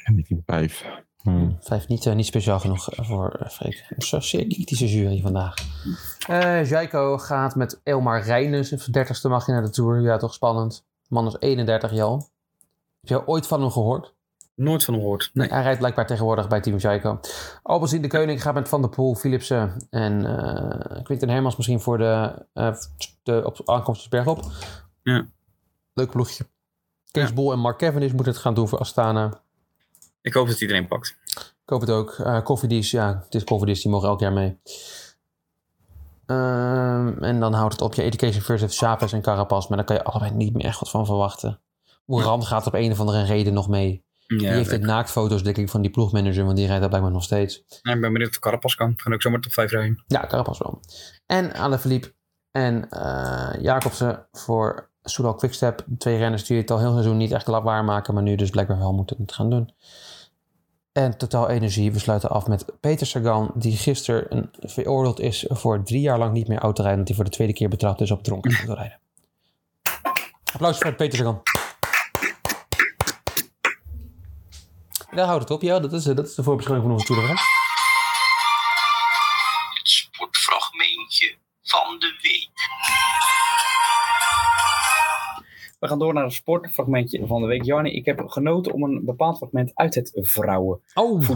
S4: En ik een vijf. Hm.
S1: Vijf niet, eh, niet speciaal genoeg eh, voor eh, Freek. Zo zeer kritische jury vandaag. Eh Jaiko gaat met Elmar Reiners. Zijn dertigste mag je naar de Tour. Ja, toch spannend. Man is 31 jaar. al. Heb je ooit van hem gehoord?
S2: Nooit van gehoord. Nee.
S1: Hij rijdt blijkbaar tegenwoordig bij Team Jaiko. Albezien de Keuning gaat met Van der Poel, Philipsen en eh Quinten Hermans misschien voor de, eh, de op, aankomst bergop.
S2: Ja.
S1: Leuk ploegje. Kees Bol en Mark Cavendish moeten het gaan doen voor Astana.
S2: Ik hoop dat iedereen pakt.
S1: Ik hoop het ook. Eh koffiedies, ja, het is koffiedies, die mogen elk jaar mee. Ehm, en dan houdt het op je Education First heeft Chavez en Carapaz, maar daar kan je allebei niet meer echt wat van verwachten. Oeran gaat op een of andere reden nog mee.
S2: Ja,
S1: die heeft het naaktfoto's, denk ik, van die ploegmanager, want die rijdt daar blijkbaar nog steeds.
S2: nee, ik ben benieuwd of Carapas kan. Gaan ook zomaar top 5 rijden.
S1: Ja, Carapaz wel. En Alaphilippe en eh, Jacobsen voor Soudal Quickstep. Twee renners die het al heel seizoen niet echt waar maken, maar nu dus blijkbaar wel moeten het gaan doen. En Totaal Energie, we sluiten af met Peter Sagan, die gisteren een- veroordeeld is voor drie jaar lang niet meer auto rijden, omdat hij voor de tweede keer betrapt is op dronken autorijden. Applaus voor Peter Sagan. Daar houdt het op, ja, dat is, eh, dat is de voorbeschouwing van onze Tour de France.
S5: het sportfragmentje van de week.
S2: We gaan door naar het sportfragmentje van de week. Jarni, ik heb genoten om een bepaald fragment uit het vrouwen.
S1: Oh,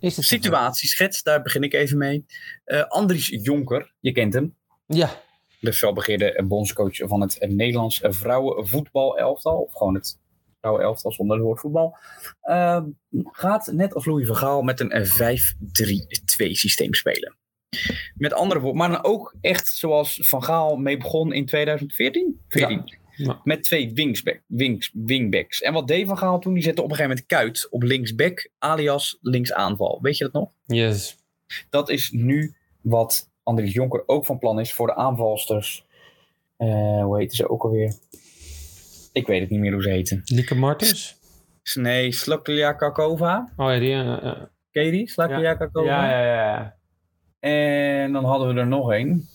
S1: is dit
S2: Situatieschets, daar begin ik even mee. Eh, Andries Jonker, je kent hem.
S1: Ja,
S2: de felbegeerde bondscoach van het Nederlands vrouwenvoetbalelftal. Of gewoon het vrouwenelftal zonder het woord voetbal. eh, gaat net als Louis van Gaal met een eh, 5-3-2 systeem spelen. Met andere woorden, maar dan ook echt zoals Van Gaal mee begon in 2014. 14.
S1: Ja.
S2: Met twee wingsback, wings, wingbacks. En wat deed Van Gaal toen? Die zette op een gegeven moment Kuit op linksback, alias linksaanval. Weet je dat nog?
S1: yes.
S2: Dat is nu wat Andries Jonker ook van plan is voor de aanvalsters. Eh, hoe heten ze ook alweer? Ik weet het niet meer hoe ze heten.
S1: Lieke Martens?
S2: Nee, Slaklia Kakova.
S1: Oh ja, die. eh, eh,
S2: Ken je die? Slaklia Kakova.
S1: ja, ja.
S2: En dan hadden we er nog één.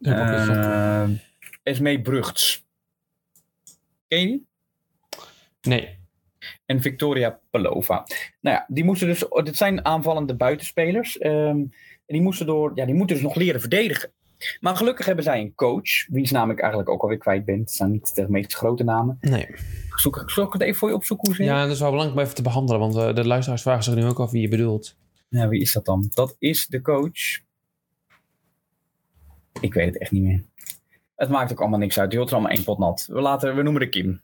S1: heb ik ook eens op-
S2: Eh Esmee Brugts. Ken je die?
S1: nee.
S2: en Victoria Pelova. Nou ja, die moesten dus, dit zijn aanvallende buitenspelers. ehm, en die moesten door, ja, die moeten dus nog leren verdedigen. Maar gelukkig hebben zij een coach, wiens naam ik eigenlijk ook alweer kwijt ben. Het zijn niet de meest grote namen.
S1: nee.
S2: Ik Zoek, ik- zal ik het even voor je opzoeken hoe ze
S1: Ja, dat is wel belangrijk om even te behandelen, want eh, de luisteraars vragen zich nu ook af wie je bedoelt.
S2: Nou, wie is dat dan? Dat is de coach. Ik weet het echt niet meer. Het maakt ook allemaal niks uit. Die wordt er allemaal één pot nat. We, laten, we noemen de Kim.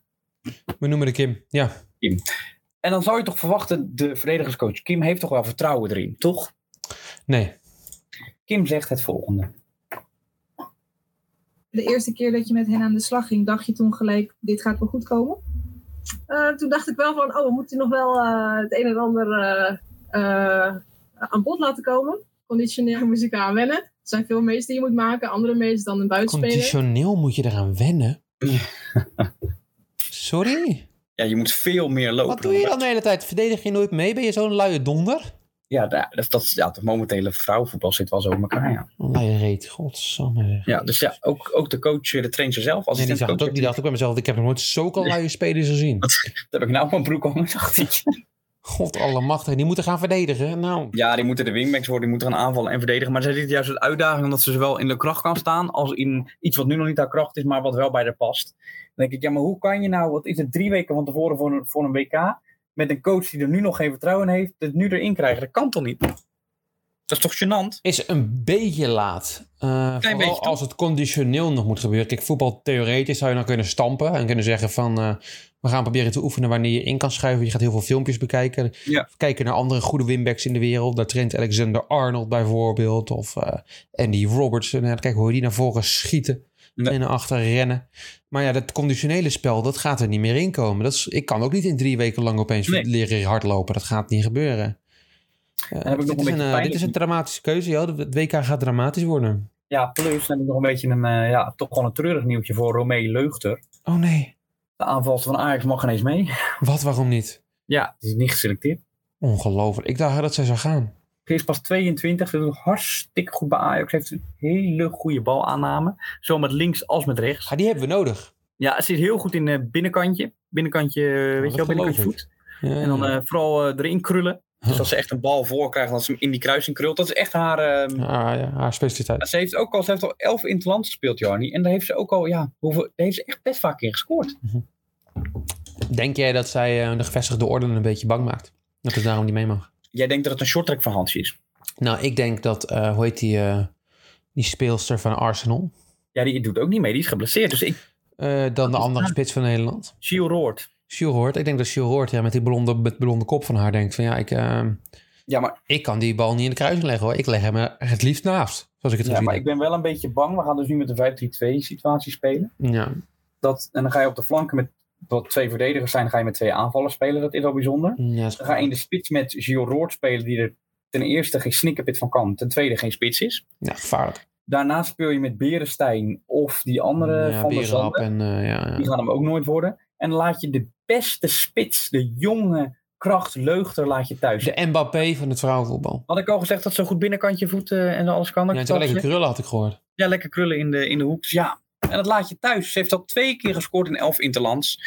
S1: We noemen de Kim. Ja.
S2: En dan zou je toch verwachten, de verdedigerscoach Kim heeft toch wel vertrouwen erin, toch?
S1: Nee.
S2: Kim zegt het volgende.
S6: de eerste keer dat je met hen aan de slag ging, dacht je toen gelijk, dit gaat wel goed komen?
S7: Eh, toen dacht ik wel van, oh, we moeten nog wel eh, het een en ander eh, eh, aan bod laten komen.
S6: Conditioneel moest ik aan wennen. Er zijn veel mees die je moet maken, andere mees dan een buitenspeler.
S1: Conditioneel moet je eraan wennen. Sorry?
S2: Ja, je moet veel meer lopen.
S1: Wat doe je dan de hele tijd? Verdedig je nooit mee? Ben je zo'n luie donder?
S2: Ja, da- dat, dat, is- ja, de momentele vrouwenvoetbal zit wel zo in elkaar. Ja,
S1: Een Luie reet, godsamme. zeg.
S2: ja dus ja, ook, ook de coach, eh, de trainer zelf. Als
S1: Nee, die, zag het ook, die dacht ook bij mezelf, ik heb nog nooit zulke luie spelers gezien.
S2: heb ik nou op mijn broek hangen, dacht ik.
S1: God allemachtig, die moeten gaan verdedigen. Nou,
S2: Ja, die moeten de wingbacks worden, die moeten gaan aanvallen en verdedigen. Maar zij ziet juist een uitdaging omdat ze zowel in de kracht kan staan als in iets wat nu nog niet haar kracht is, maar wat wel bij haar past. Dan denk ik, ja, maar hoe kan je nou, wat is het, drie weken van tevoren voor een, voor een WK, met een coach die er nu nog geen vertrouwen in heeft, het nu erin krijgen? Dat kan toch niet? Dat is toch gênant?
S1: is een beetje laat. Eh, vooral
S2: beetje, toch?
S1: als het conditioneel nog moet gebeuren. Kijk, voetbal theoretisch zou je dan kunnen stampen en kunnen zeggen van... eh, we gaan proberen te oefenen wanneer je in kan schuiven. Je gaat heel veel filmpjes bekijken.
S2: Ja.
S1: Kijken naar andere goede winbacks in de wereld. Daar traint Alexander Arnold bijvoorbeeld. Of eh, Andy Robertson. En kijk hoe je die naar voren schieten.
S2: Nee.
S1: En naar achter rennen. Maar ja, dat conditionele spel, dat gaat er niet meer in komen. Dat is, ik kan ook niet in drie weken lang opeens
S2: Nee.
S1: leren hardlopen. Dat gaat niet gebeuren. Eh,
S2: heb
S1: dit, is
S2: ik nog een beetje
S1: een, eh,
S2: pijn.
S1: dit is een dramatische keuze. joh. Het WK gaat dramatisch worden.
S2: Ja, plus dan heb ik nog een beetje een, eh, ja, toch gewoon een treurig nieuwtje voor Romee Leugter.
S1: Oh nee,
S2: De aanvalster van Ajax mag ineens mee.
S1: wat, waarom niet?
S2: Ja, die is niet geselecteerd.
S1: Ongelooflijk. Ik dacht dat zij zou gaan.
S2: Ze is pas 22, ze doet het hartstikke goed bij Ajax. Ze heeft een hele goede balaanname. Zowel met links als met rechts.
S1: Ah, die hebben we nodig.
S2: Ja, ze is heel goed in het binnenkantje. Binnenkantje, eh, weet je wel,
S1: dat
S2: binnenkantje
S1: geloof
S2: voet.
S1: Ja,
S2: En dan eh, vooral eh, erin krullen. Dus
S1: Huh.
S2: dat ze echt een bal voor krijgt en dat ze hem in die kruising krult. Dat is echt haar... eh,
S1: Ah, ja, haar specialiteit.
S2: Ze heeft ook al, ze heeft al 11 in het land gespeeld, Jarny. En daar heeft ze ook al, ja, hoeveel, daar heeft ze echt best vaak in gescoord.
S1: Denk jij dat zij eh, de gevestigde orde een beetje bang maakt? Dat is daarom niet mee mag.
S2: Jij denkt dat het een shorttrack van Hansje is?
S1: Nou, ik denk dat, eh, hoe heet die, eh, die speelster van Arsenal?
S2: Ja, die doet ook niet mee. Die is geblesseerd. Dus ik,
S1: Eh, dan de
S2: is
S1: andere
S2: waar.
S1: spits van Nederland.
S2: Gio Roord.
S1: Sjoerd Hoort. Ik denk dat Sjoerd Hoort ja, met die blonde, met blonde kop van haar denkt van ja, ik, eh,
S2: Ja, maar,
S1: ik kan die bal niet in de kruising leggen hoor. Ik leg hem eh, het liefst naast. Zoals ik het
S2: ja,
S1: gezien
S2: maar ik ben wel een beetje bang. We gaan dus nu met de 5-3-2 situatie spelen.
S1: heb. Ja.
S2: Dat, en dan ga je op de flanken met wat twee verdedigers zijn, ga je met twee aanvallers spelen. Dat is al bijzonder.
S1: Ja, is
S2: Dan ga je in de spits met Gio Roord spelen, die er ten eerste geen snikkerpit van kan. Ten tweede geen spits is.
S1: ja, gevaarlijk.
S2: Daarna speel je met Berenstein of die andere
S1: ja,
S2: van de
S1: Berenhap
S2: Zanden.
S1: en eh, ja,
S2: Die
S1: ja.
S2: gaan hem ook nooit worden. En dan laat je de beste spits, de jonge kracht Leugter, laat je thuis.
S1: De Mbappé van het vrouwenvoetbal.
S2: Had ik al gezegd dat ze goed binnenkantje voeten eh, en alles kan?
S1: Ja,
S2: Had
S1: het
S2: ik het
S1: is wel
S2: al
S1: lekker krullen had ik gehoord.
S2: Ja, lekker krullen in de, in de hoek. Dus ja, en dat laat je thuis. Ze heeft al twee keer gescoord in elf interlands.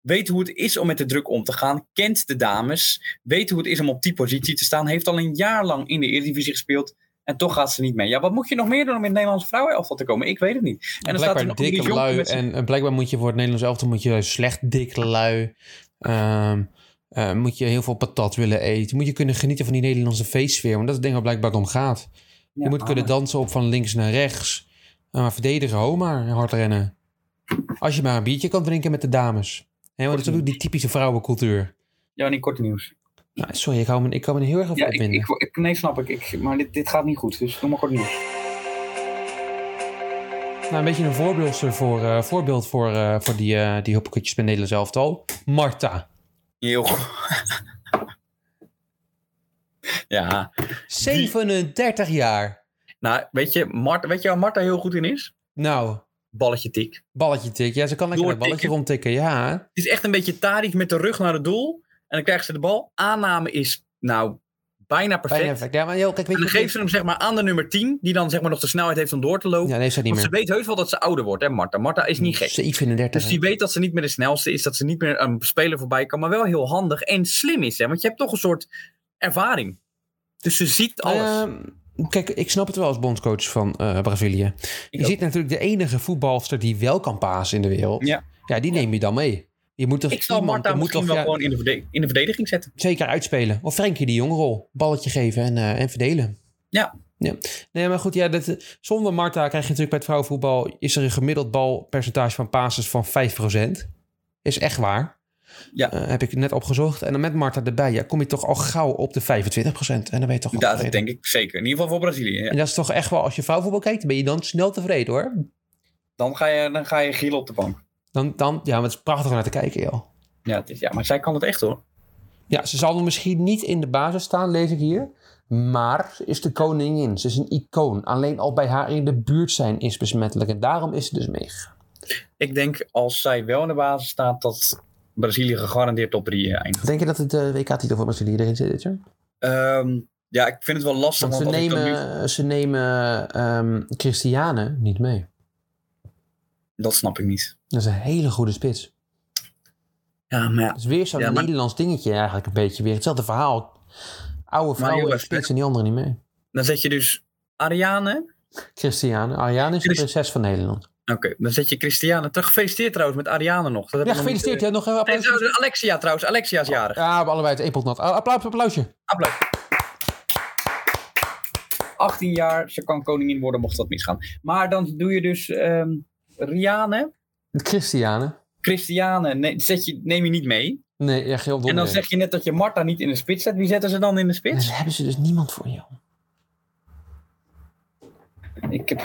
S2: Weet hoe het is om met de druk om te gaan. Kent de dames. Weet hoe het is om op die positie te staan. Heeft al een jaar lang in de Eredivisie gespeeld. En toch gaat ze niet mee. Ja, wat moet je nog meer doen om in het Nederlandse vrouwenelftal te komen? Ik weet het niet. En dan staat er
S1: blijkbaar
S2: nog
S1: dik en
S2: Iris Jonker
S1: lui.
S2: met zijn-
S1: En, en blijkbaar moet je voor het Nederlands elftal moet je slecht dik lui. Ehm, eh, moet je heel veel patat willen eten. Moet je kunnen genieten van die Nederlandse feestsfeer. Want dat is het ding waar blijkbaar om gaat.
S2: Ja,
S1: je moet kunnen
S2: maar-
S1: dansen op van links naar rechts. En maar verdedigen, ho maar, hard rennen. Als je maar een biertje kan drinken met de dames. Hè, want dat is ook die typische vrouwencultuur.
S2: Ja, niet kort nieuws.
S1: Nou, sorry, ik, hou me, ik kan me er heel erg over
S2: Ja, ik,
S1: opwinden.
S2: ik, ik- nee, snap ik. ik maar dit, dit gaat niet goed. Dus doe maar kort nieuws.
S1: Nou, een beetje een voorbeeld voor, eh, voorbeeld voor, eh, voor die, eh die hoppakutjes bij Nederland zelf al. Marta.
S2: Heel goed. ja.
S1: 37 jaar.
S2: Nou, weet je, Mart, weet je waar Marta heel goed in is?
S1: Nou,
S2: Balletje tik.
S1: balletje tik. Ja, ze kan lekker dat
S2: Doortikken.
S1: balletje rondtikken. Ja,
S2: Het is echt een beetje Tadic met de rug naar het doel. En dan krijgt ze de bal. Aanname is, nou, bijna perfect.
S1: Bijna perfect. Ja, maar joh, kijk, weet
S2: En dan
S1: je...
S2: geeft ze hem zeg maar aan de nummer 10, die dan zeg maar nog de snelheid heeft om door te lopen.
S1: Ja, nee, is dat niet
S2: Want
S1: meer.
S2: ze weet heus wel dat ze ouder wordt, hè, Marta. Marta is niet gek.
S1: Ze iets in de dertig.
S2: Dus die weet dat ze niet meer de snelste is, dat ze niet meer een speler voorbij kan, maar wel heel handig en slim is. Hè? Want je hebt toch een soort ervaring. Dus ze ziet
S1: Eh,
S2: alles.
S1: Ehm, kijk, ik snap het wel als bondscoach van eh, Brazilië. Je
S2: ook.
S1: ziet natuurlijk de enige voetbalster die wel kan pasen in de wereld.
S2: Ja.
S1: ja die neem je dan mee. Je moet toch
S2: ik zal
S1: iemand-
S2: Marta
S1: er moet
S2: misschien
S1: toch,
S2: wel
S1: ja,
S2: gewoon in de, verde- in de verdediging zetten.
S1: zeker uitspelen. Of Frenkie die jongrol. Balletje geven en, eh, en verdelen.
S2: Ja.
S1: ja. Nee, maar goed, ja, dat, eh, zonder Marta krijg je natuurlijk bij het vrouwenvoetbal... is er een gemiddeld balpercentage van passes van 5%. Is echt waar.
S2: Ja.
S1: Eh, heb ik net opgezocht. En dan met Marta erbij ja, kom je toch al gauw op de 25%. En dan ben je toch al
S2: Dat
S1: tevreden.
S2: denk ik zeker. In ieder geval voor Brazilië. ja.
S1: En dat is toch echt wel, als je vrouwenvoetbal kijkt, dan ben je dan snel tevreden hoor.
S2: Dan, ga je, dan ga je gielen op de bank.
S1: Dan, dan, ja, maar het is prachtig om naar te kijken, joh.
S2: Ja, het is, ja, maar zij kan het echt hoor.
S1: Ja, ze zal er misschien niet in de basis staan, lees ik hier. Maar ze is de koningin. Ze is een icoon. Alleen al bij haar in de buurt zijn is besmettelijk. En daarom is ze dus meegegaan.
S2: Ik denk als zij wel in de basis staat, dat Brazilië gegarandeerd top 3 eindigt.
S1: Denk je dat het eh, de WK-titel van Brazilië erin zit dit jaar?
S2: Ehm, ja, ik vind het wel lastig.
S1: Want
S2: Want
S1: ze
S2: als ik dan
S1: nemen,
S2: nu-
S1: ze nemen ehm, Christiane niet mee.
S2: dat snap ik niet.
S1: Dat is een hele goede spits.
S2: Ja, maar ja,
S1: Dat is weer zo'n
S2: Ja, maar-
S1: Nederlands dingetje eigenlijk een beetje. Weer hetzelfde verhaal. Oude vrouwen,
S2: jongens,
S1: spits en die anderen niet mee.
S2: dan zet je dus Ariane
S1: Christiane. Ariane is de
S2: Christ-
S1: prinses van Nederland.
S2: Oké, dan zet je Christiane terug. Gefeliciteerd trouwens met Ariane nog. Dat heb
S1: Ja,
S2: ik nog niet,
S1: gefeliciteerd.
S2: eh,
S1: Ja, nog een
S2: en
S1: applausje.
S2: trouwens, Alexia trouwens. Alexia is jarig.
S1: Ja, we allebei het één pot nat. Ah, Applaus, applausje.
S2: Applaus. 18 jaar, ze kan koningin worden mocht dat misgaan. Maar dan doe je dus ehm Riane,
S1: Christiane.
S2: Christiane ne- zet je, neem je niet mee.
S1: Nee, ja, geel donder.
S2: En dan zeg je net dat je Marta niet in de spits zet. Wie zetten ze dan in de
S1: Nee,
S2: spits?
S1: daar hebben ze dus niemand voor jou.
S2: Ik heb...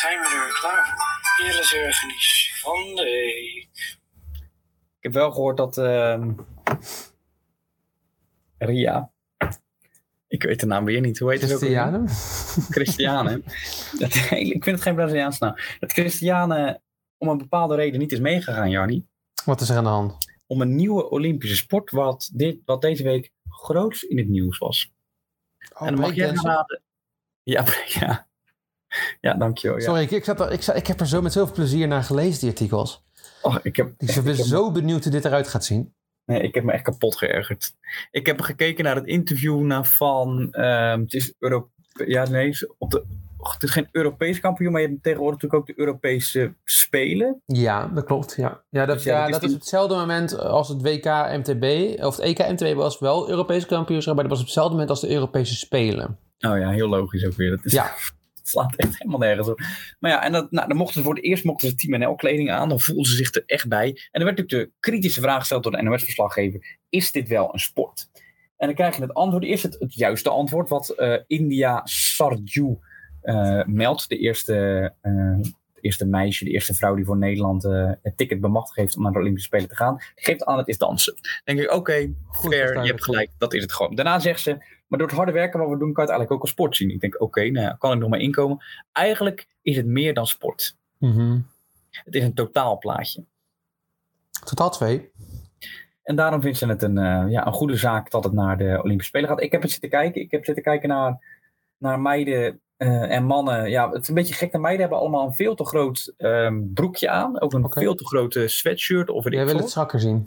S3: Zijn we er klaar voor? Eerlijk ergens van de week.
S2: Ik heb wel gehoord dat. ehm, Ria. Ik weet de naam weer niet. Hoe heet het ook? alweer?
S1: Christiane?
S2: Christiane. dat, ik vind het geen Braziliaans naam. Dat Christiane om een bepaalde reden niet is meegegaan, Jarni.
S1: Wat is er aan de hand?
S2: Om een nieuwe Olympische sport, wat, dit, wat deze week groots in het nieuws was.
S1: Oh,
S2: en dan mag je
S1: breakdancer.
S2: even raden. Ja, break- ja. Ja, dankjewel. Ja.
S1: Sorry, ik, ik, zat er, ik, zat- ik heb er zo met zoveel plezier naar gelezen, die artikels.
S2: Oh, ik, heb,
S1: Ik ben
S2: heb-
S1: zo benieuwd hoe dit eruit gaat zien.
S2: nee, ik heb me echt kapot geërgerd. Ik heb gekeken naar het interview naar van. ehm, het is Euro ja, nee, het is op de, och, het is geen Europees kampioen, maar je hebt tegenwoordig natuurlijk ook de Europese Spelen.
S1: Ja, dat klopt. Ja, ja, dat,
S2: Dus ja,
S1: ja,
S2: dat is
S1: dat
S2: die-
S1: is op hetzelfde moment als het WK MTB. Of het E EK MTB was wel Europees kampioenschap, maar dat was op hetzelfde moment als de Europese Spelen.
S2: Oh ja, heel logisch ook weer. Dat is,
S1: Ja.
S2: Het slaat echt helemaal nergens op. Maar ja, en dat, nou, dan mochten ze voor het eerst mochten ze Team NL-kleding aan. Dan voelden ze zich er echt bij. En er werd natuurlijk de kritische vraag gesteld door de NOS-verslaggever. Is dit wel een sport? En dan krijg je het antwoord. Eerst het, het juiste antwoord. Wat eh, India Sarju eh, meldt. De eerste, eh, de eerste meisje, de eerste vrouw die voor Nederland eh, het ticket bemachtigd heeft om naar de Olympische Spelen te gaan. Die geeft aan, het is dansen. Dan denk ik,
S1: Goed,
S2: oké, fair, je
S1: verduidelijk.
S2: hebt gelijk. Dat is het gewoon. Daarna zegt ze, maar door het harde werken wat we doen, kan je het eigenlijk ook als sport zien. Ik denk, oké, nou ja, kan ik nog maar inkomen. Eigenlijk is het meer dan sport.
S1: Mhm.
S2: Het is een totaalplaatje.
S1: Totaal twee.
S2: En daarom vindt ze het een, eh, ja, een goede zaak dat het naar de Olympische Spelen gaat. Ik heb het zitten kijken. Ik heb zitten kijken naar, naar meiden eh, en mannen. Ja, het is een beetje gek. De meiden hebben allemaal een veel te groot ehm, broekje aan. Ook een
S1: Oké.
S2: veel te grote sweatshirt. Of weet ik
S1: Jij wil
S2: veel.
S1: het strakker zien.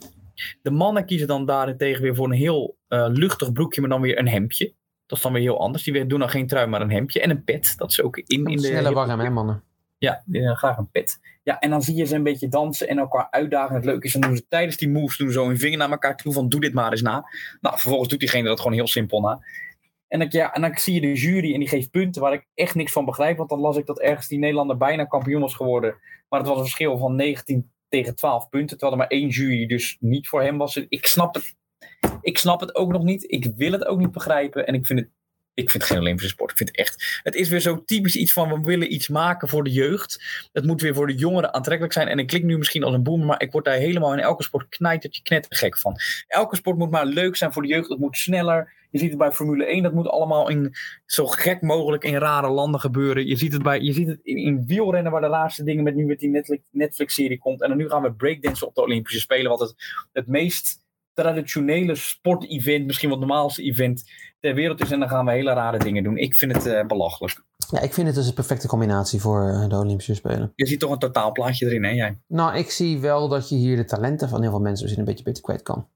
S2: De mannen kiezen dan daarentegen weer voor een heel eh, luchtig broekje, maar dan weer een hemdje. Dat is dan weer heel anders. Die weer- doen dan geen trui, maar een hemdje. En een pet. Dat is ook in, in de...
S1: Snelle warm, hè, mannen?
S2: Ja, eh, graag een pet. Ja, en dan zie je ze een beetje dansen en elkaar uitdagen. Het leuke is, dan doen ze tijdens die moves doen ze zo hun vinger naar elkaar toe van doe dit maar eens na. Nou, vervolgens doet diegene dat gewoon heel simpel na. En dan, ja, en dan zie je de jury en die geeft punten waar ik echt niks van begrijp. Want dan las ik dat ergens die Nederlander bijna kampioen was geworden. Maar het was een verschil van 19 tegen 12 punten. Terwijl er maar één jury dus niet voor hem was. Ik snap het. Ik snap het ook nog niet. Ik wil het ook niet begrijpen. En ik vind het, ik vind het geen Olympische sport. Ik vind het echt. Het is weer zo typisch iets van we willen iets maken voor de jeugd. Het moet weer voor de jongeren aantrekkelijk zijn. En ik klik nu misschien als een boemer, maar ik word daar helemaal in elke sport knijtertje knettergek van. Elke sport moet maar leuk zijn voor de jeugd. Het moet sneller. Je ziet het bij Formule 1, dat moet allemaal in, zo gek mogelijk in rare landen gebeuren. Je ziet het, bij, je ziet het in, in wielrennen, waar de laatste dingen met nu met die Netflix- Netflix-serie komt. En dan nu gaan we breakdansen op de Olympische Spelen, wat het, het meest traditionele sportevent, misschien wel het normaalste event ter wereld is. En dan gaan we hele rare dingen doen. Ik vind het eh, belachelijk.
S1: Ja, ik vind het dus een perfecte combinatie voor eh, de Olympische Spelen.
S2: Je ziet toch een totaalplaatje erin, hè jij?
S1: Nou, ik zie wel dat je hier de talenten van heel veel mensen misschien een beetje beter kwijt kan.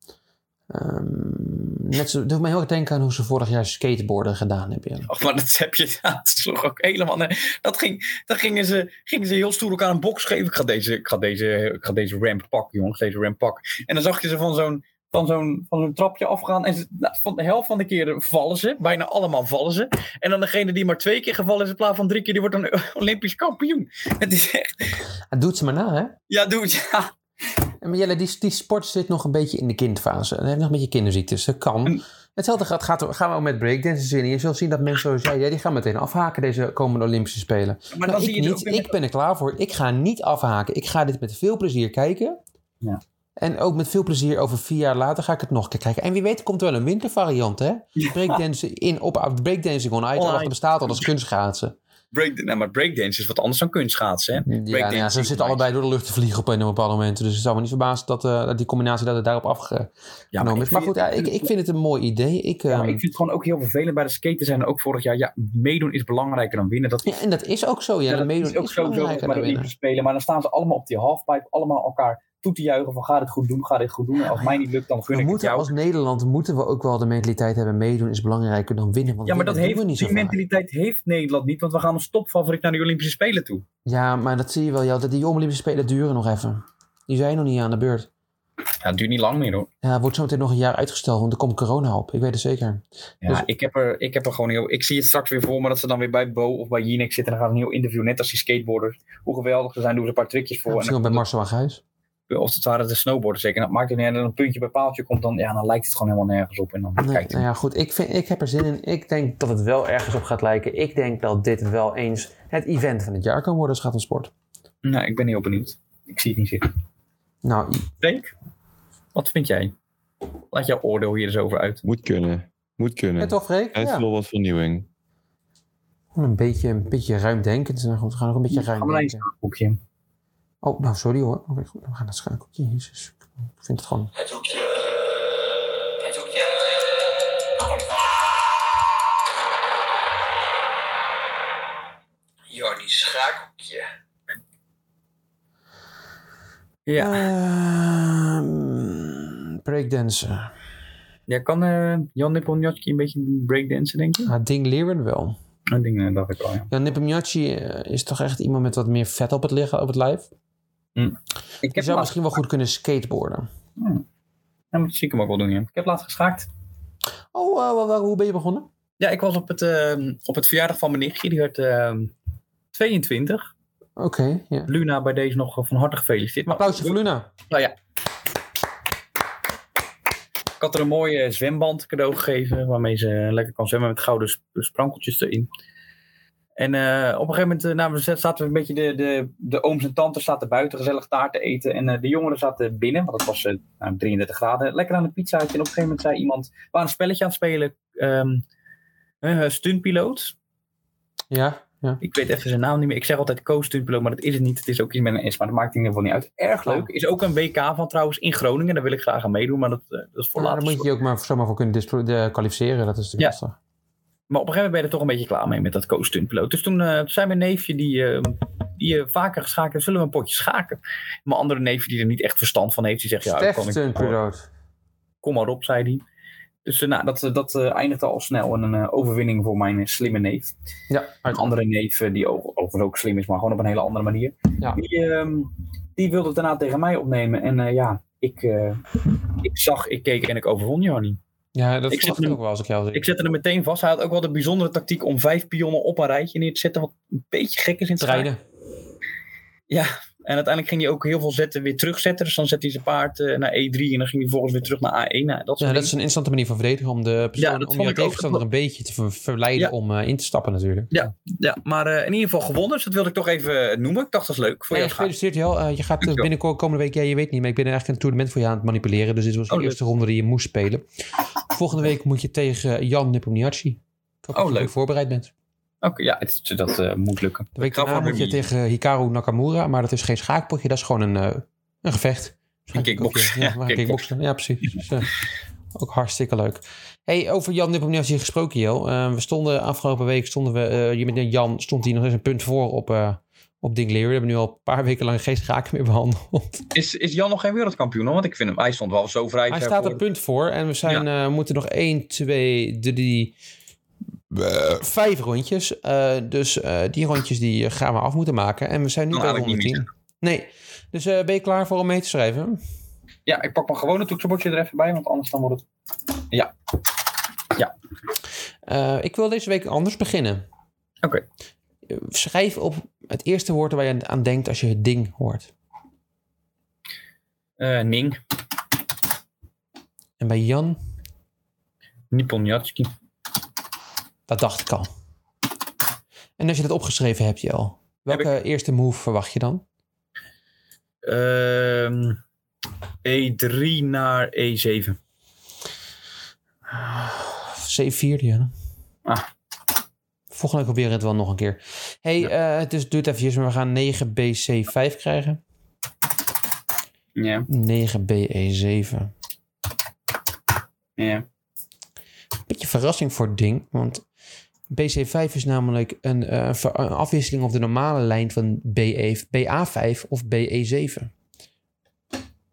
S1: Ehm, net zo, het doet me heel erg denken aan hoe ze vorig jaar skateboarden gedaan hebben. ja.
S2: Och, maar dat heb je dat sloeg ook helemaal. neer. Dat ging, dat gingen, ze, gingen ze heel stoer elkaar een box geven. Ik ga deze, ik ga deze, ik ga deze ramp pakken, jongens. Deze ramp pak. En dan zag je ze van zo'n van zo'n van zo'n trapje afgaan. En ze, nou, van de helft van de keren vallen ze. Bijna allemaal vallen ze. En dan degene die maar twee keer gevallen is in plaats van drie keer, die wordt een Olympisch kampioen. Het is echt.
S1: Het doet ze maar na, hè?
S2: Ja, doe ja.
S1: En maar Jelle, die, die sport zit nog een beetje in de kindfase. Dan heb je nog een beetje kinderziektes. Dat kan.
S2: Mm.
S1: Hetzelfde gaat, gaat, gaan we ook met breakdances in. Je zult zien dat mensen zoals jij, ja, die gaan meteen afhaken deze komende Olympische Spelen.
S2: Maar
S1: Nou,
S2: dan zie
S1: ik
S2: je het ook
S1: niet.
S2: in-
S1: Ik ben er klaar voor. Ik ga niet afhaken. Ik ga dit met veel plezier kijken.
S2: Ja.
S1: En ook met veel plezier over vier jaar later ga ik het nog een keer kijken. En wie weet komt er wel een wintervariant, hè? Breakdansen in, op, breakdancing on ice.
S2: Online.
S1: Oh, dat bestaat al, dat is kunstschaatsen.
S2: Break, nou, maar breakdance is wat anders dan kunstschaatsen. Hè?
S1: Ja, nou ja, ze
S2: Breakdancing
S1: zitten
S2: on
S1: allebei door de lucht te vliegen op een bepaald moment. Dus het zou me niet verbazen dat eh, dat die combinatie dat het daarop afgenomen
S2: Ja, maar ik
S1: is. Maar
S2: vind-
S1: goed, ja, ik, ik vind het een mooi idee. Ik,
S2: Ja,
S1: ehm,
S2: maar ik vind het gewoon ook heel vervelend bij de skaten zijn. Ook vorig jaar, ja, meedoen is belangrijker dan winnen. Dat,
S1: ja, en dat is ook zo. Ja,
S2: ja,
S1: de
S2: dat
S1: meedoen is ook
S2: zo
S1: belangrijker dan
S2: bij de
S1: winnen.
S2: Olympische Spelen. Maar dan staan ze allemaal op die halfpipe, allemaal elkaar toe te juichen van ga dit goed doen, ga dit goed doen. En als mij niet lukt, dan gun
S1: We
S2: ik het
S1: moeten
S2: jou.
S1: als Nederland moeten we ook wel de mentaliteit hebben. Meedoen is belangrijker dan winnen. Want
S2: Ja, maar dat
S1: winnen
S2: heeft,
S1: doen we niet
S2: die
S1: zo vaak.
S2: mentaliteit heeft Nederland niet, want we gaan als topfavoriet naar de Olympische Spelen toe.
S1: Ja, maar dat zie je wel. Jou, dat die Olympische Spelen duren nog even. Die zijn nog niet aan de beurt.
S2: Ja, het duurt niet lang meer hoor.
S1: Ja, het wordt zometeen nog een jaar uitgesteld, want er komt corona op. Ik weet het
S2: Oh,
S1: zeker.
S2: Ja,
S1: Dus-
S2: ik, heb er, ik heb er gewoon heel. Ik zie het straks weer voor me dat ze dan weer bij Bo of bij Jinek zitten. En dan gaan ze een heel interview, net als die skateboarders. Hoe geweldig ze zijn, doen ze een paar trucjes voor.
S1: Ja,
S2: en
S1: misschien
S2: dan
S1: wel bij Marcel Aghuis.
S2: of het waren de snowboarden zeker. En dat maakt het niet uit. En een puntje bij paaltje komt, dan, ja, dan lijkt het gewoon helemaal nergens op. En dan
S1: Nee,
S2: kijkt
S1: nou ja, goed. Ik, vind, ik heb er zin in. Ik denk dat het wel ergens op gaat lijken. Ik denk dat dit wel eens het event van het jaar kan worden als het gaat om sport.
S2: Nou, ik ben heel benieuwd. Ik zie het niet zitten.
S1: Nou,
S2: Freek, wat vind jij? Laat jouw oordeel hier eens over uit.
S4: Moet kunnen. Moet kunnen.
S1: ja, toch, Freek?
S4: Hij is
S1: Ja.
S4: wel wat vernieuwing.
S1: Gewoon Een beetje, een beetje ruimdenkend. Nou goed, we gaan nog een beetje
S2: Ja, ga maar
S1: ruim
S2: naar je
S1: denken.
S2: Boekje.
S1: Oh, nou, sorry hoor. Oké, goed, we gaan naar het schakeltje. Jezus. Ik vind het gewoon...
S5: Het hoekje. Het hoekje. Jordi Schaakhoekje.
S2: Ja,
S1: Ehm, breakdansen.
S2: jij kan eh, Jan Nepomniachtchi een beetje breakdansen, denk je?
S1: Ah, Ding Leren wel.
S2: Dat ding eh, dacht ik al, ja.
S1: Ja, Nipomniachtchi eh, is toch echt iemand met wat meer vet op het, lichaam, op het lijf.
S2: Ik
S1: Die
S2: heb
S1: zou
S2: laatst,
S1: misschien wel goed kunnen skateboarden.
S2: ja, maar dat zie ik hem ook wel doen, ja. Ik heb laatst geschaakt.
S1: Oh, eh, wa- wa- hoe ben je begonnen?
S2: Ja, ik was op het, eh, op het verjaardag van mijn nichtje. Die werd eh, 22.
S1: Oké, ja.
S2: Luna, bij deze nog eh, van harte gefeliciteerd. Maar
S1: Applausje voor Luna.
S2: Ik had er een mooie eh, zwemband cadeau gegeven. Waarmee ze lekker kan zwemmen met gouden sp- sprankeltjes erin. En eh, op een gegeven moment eh, na mijn set zaten we een beetje. De, de, de ooms en tantes zaten buiten gezellig taart te eten. En eh, de jongeren zaten binnen, want het was eh, nou, 33 graden. Lekker aan de pizzaatje. En op een gegeven moment zei iemand. We waren een spelletje aan het spelen. ehm eh, stuntpiloot.
S1: Ja, ja.
S2: Ik weet even zijn naam niet meer. Ik zeg altijd co-stuntpiloot, maar dat is het niet. Het is ook iets met een S, maar dat maakt in ieder geval niet uit. Erg
S1: Oh.
S2: leuk. Is ook een WK van trouwens in Groningen. Daar wil ik graag aan meedoen, maar dat, eh, dat is voor
S1: Nou,
S2: later.
S1: daar moet je je ook maar zomaar voor kunnen dispro- de- kwalificeren. Dat is natuurlijk lastig.
S2: Maar op een gegeven moment ben je er toch een beetje klaar mee met dat co-stuntpiloot. Dus toen eh, toen zei mijn neefje, die, eh, die eh, vaker geschaakt heeft, zullen we een potje schaken? Mijn andere neefje, die er niet echt verstand van heeft, die zegt, ja, dat
S1: Stef
S2: kan ik, kom,
S1: Tunpiloot.
S2: maar op, zei hij. Dus eh, nou, dat, eh, dat eh, eindigde al snel in een eh, overwinning voor mijn eh, slimme neef.
S1: Ja, uit
S2: een andere neef, eh, die ook, overigens ook slim is, maar gewoon op een hele andere manier.
S1: Ja.
S2: Die, ehm, die wilde het daarna tegen mij opnemen. En eh, ja, ik, eh, ik zag, ik keek en ik overwon Jarny.
S1: Ja, dat
S2: Ik
S1: verwacht
S2: zit
S1: ik
S2: nu-
S1: ook wel als ik jou zie.
S2: Ik zette hem meteen vast. Hij had ook wel de bijzondere tactiek om vijf pionnen op een rijtje neer te zetten, wat een beetje gek is in het schaak.
S1: Treinen.
S2: Ja, En uiteindelijk ging hij ook heel veel zetten weer terugzetten. Dus dan zette hij zijn paard eh, naar E3 en dan ging hij vervolgens weer terug naar A1. Nou, dat soort
S1: Ja, dat
S2: dingen.
S1: is een interessante manier van verdedigen om de
S2: Ja,
S1: persoon,
S2: dat
S1: om
S2: vond
S1: jouw
S2: ik ook.
S1: tegenstander een beetje te ver- verleiden
S2: Ja.
S1: om eh, in te stappen natuurlijk.
S2: Ja, maar eh, in ieder geval gewonnen. Dus dat wilde ik toch even eh, noemen. Ik dacht dat is leuk voor
S1: Ja,
S2: jou. Sjaak.
S1: gefeliciteerd Jel. Eh, je gaat eh,
S2: Dankjewel.
S1: binnenkort komende week, ja, je weet niet, maar ik ben eigenlijk een toernooi voor je aan het manipuleren. Dus dit was de
S2: Oh, leuk.
S1: eerste ronde die je moest spelen. Volgende week moet je tegen Jan Nepomniachtchi. Ik hoop
S2: Oh,
S1: dat je
S2: leuk.
S1: goed voorbereid bent.
S2: Oké, ja, het, dat eh, moet lukken.
S1: De week
S2: Ik ga
S1: daarna
S2: voor
S1: moet je
S2: Remy.
S1: tegen Hikaru Nakamura, maar dat is geen schaakpotje, dat is gewoon een, eh, een gevecht.
S2: Een kickbox.
S1: Ja, maar een kickbox. Ja, precies. Dus, eh, ook hartstikke leuk. Hey, over Jan Nipomniachtchi gesproken, Jo. Eh, we stonden afgelopen week, stonden we, eh, je met Jan stond hier nog eens een punt voor op, eh op Ding Leer. We hebben nu al een paar weken lang geen schaken meer behandeld.
S2: Is, is Jan nog geen wereldkampioen? hoor? Want ik vind hem, hij stond wel zo vrij.
S1: Hij
S2: ver
S1: staat
S2: voor.
S1: een punt voor en we zijn, eh, moeten nog 1, 2, 3, eh, vijf rondjes. Eh, dus eh, die rondjes die eh, gaan we af moeten maken. En we zijn nu
S2: Kan
S1: bij
S2: Nou, eigenlijk niet
S1: 110. Nee. Dus eh, ben je klaar voor om mee te schrijven?
S2: Ja, ik pak mijn gewone toetsenbordje er even bij, want anders dan wordt het...
S1: Eh, ik wil deze week anders beginnen.
S2: Oké.
S1: Eh, Schrijf op het eerste woord waar je aan denkt als je het ding hoort.
S2: eh, Ning,
S1: En bij Jan,
S2: Niponjatski.
S1: dat dacht ik al. En als je dat opgeschreven hebt, Jel, welke eerste move verwacht je dan?
S2: Ehm, E3 naar E E7.
S1: C4, Jan.
S2: Ah.
S1: Volgende week proberen we het wel nog een keer. hey, eh, het is, doe het eventjes, maar we gaan 9BC5 krijgen.
S2: Ja,
S1: 9BE7.
S2: ja.
S1: beetje verrassing voor het ding. Want BC5 is namelijk een, eh, ver- een afwisseling op de normale lijn van E, BE, BA5 of E BE7.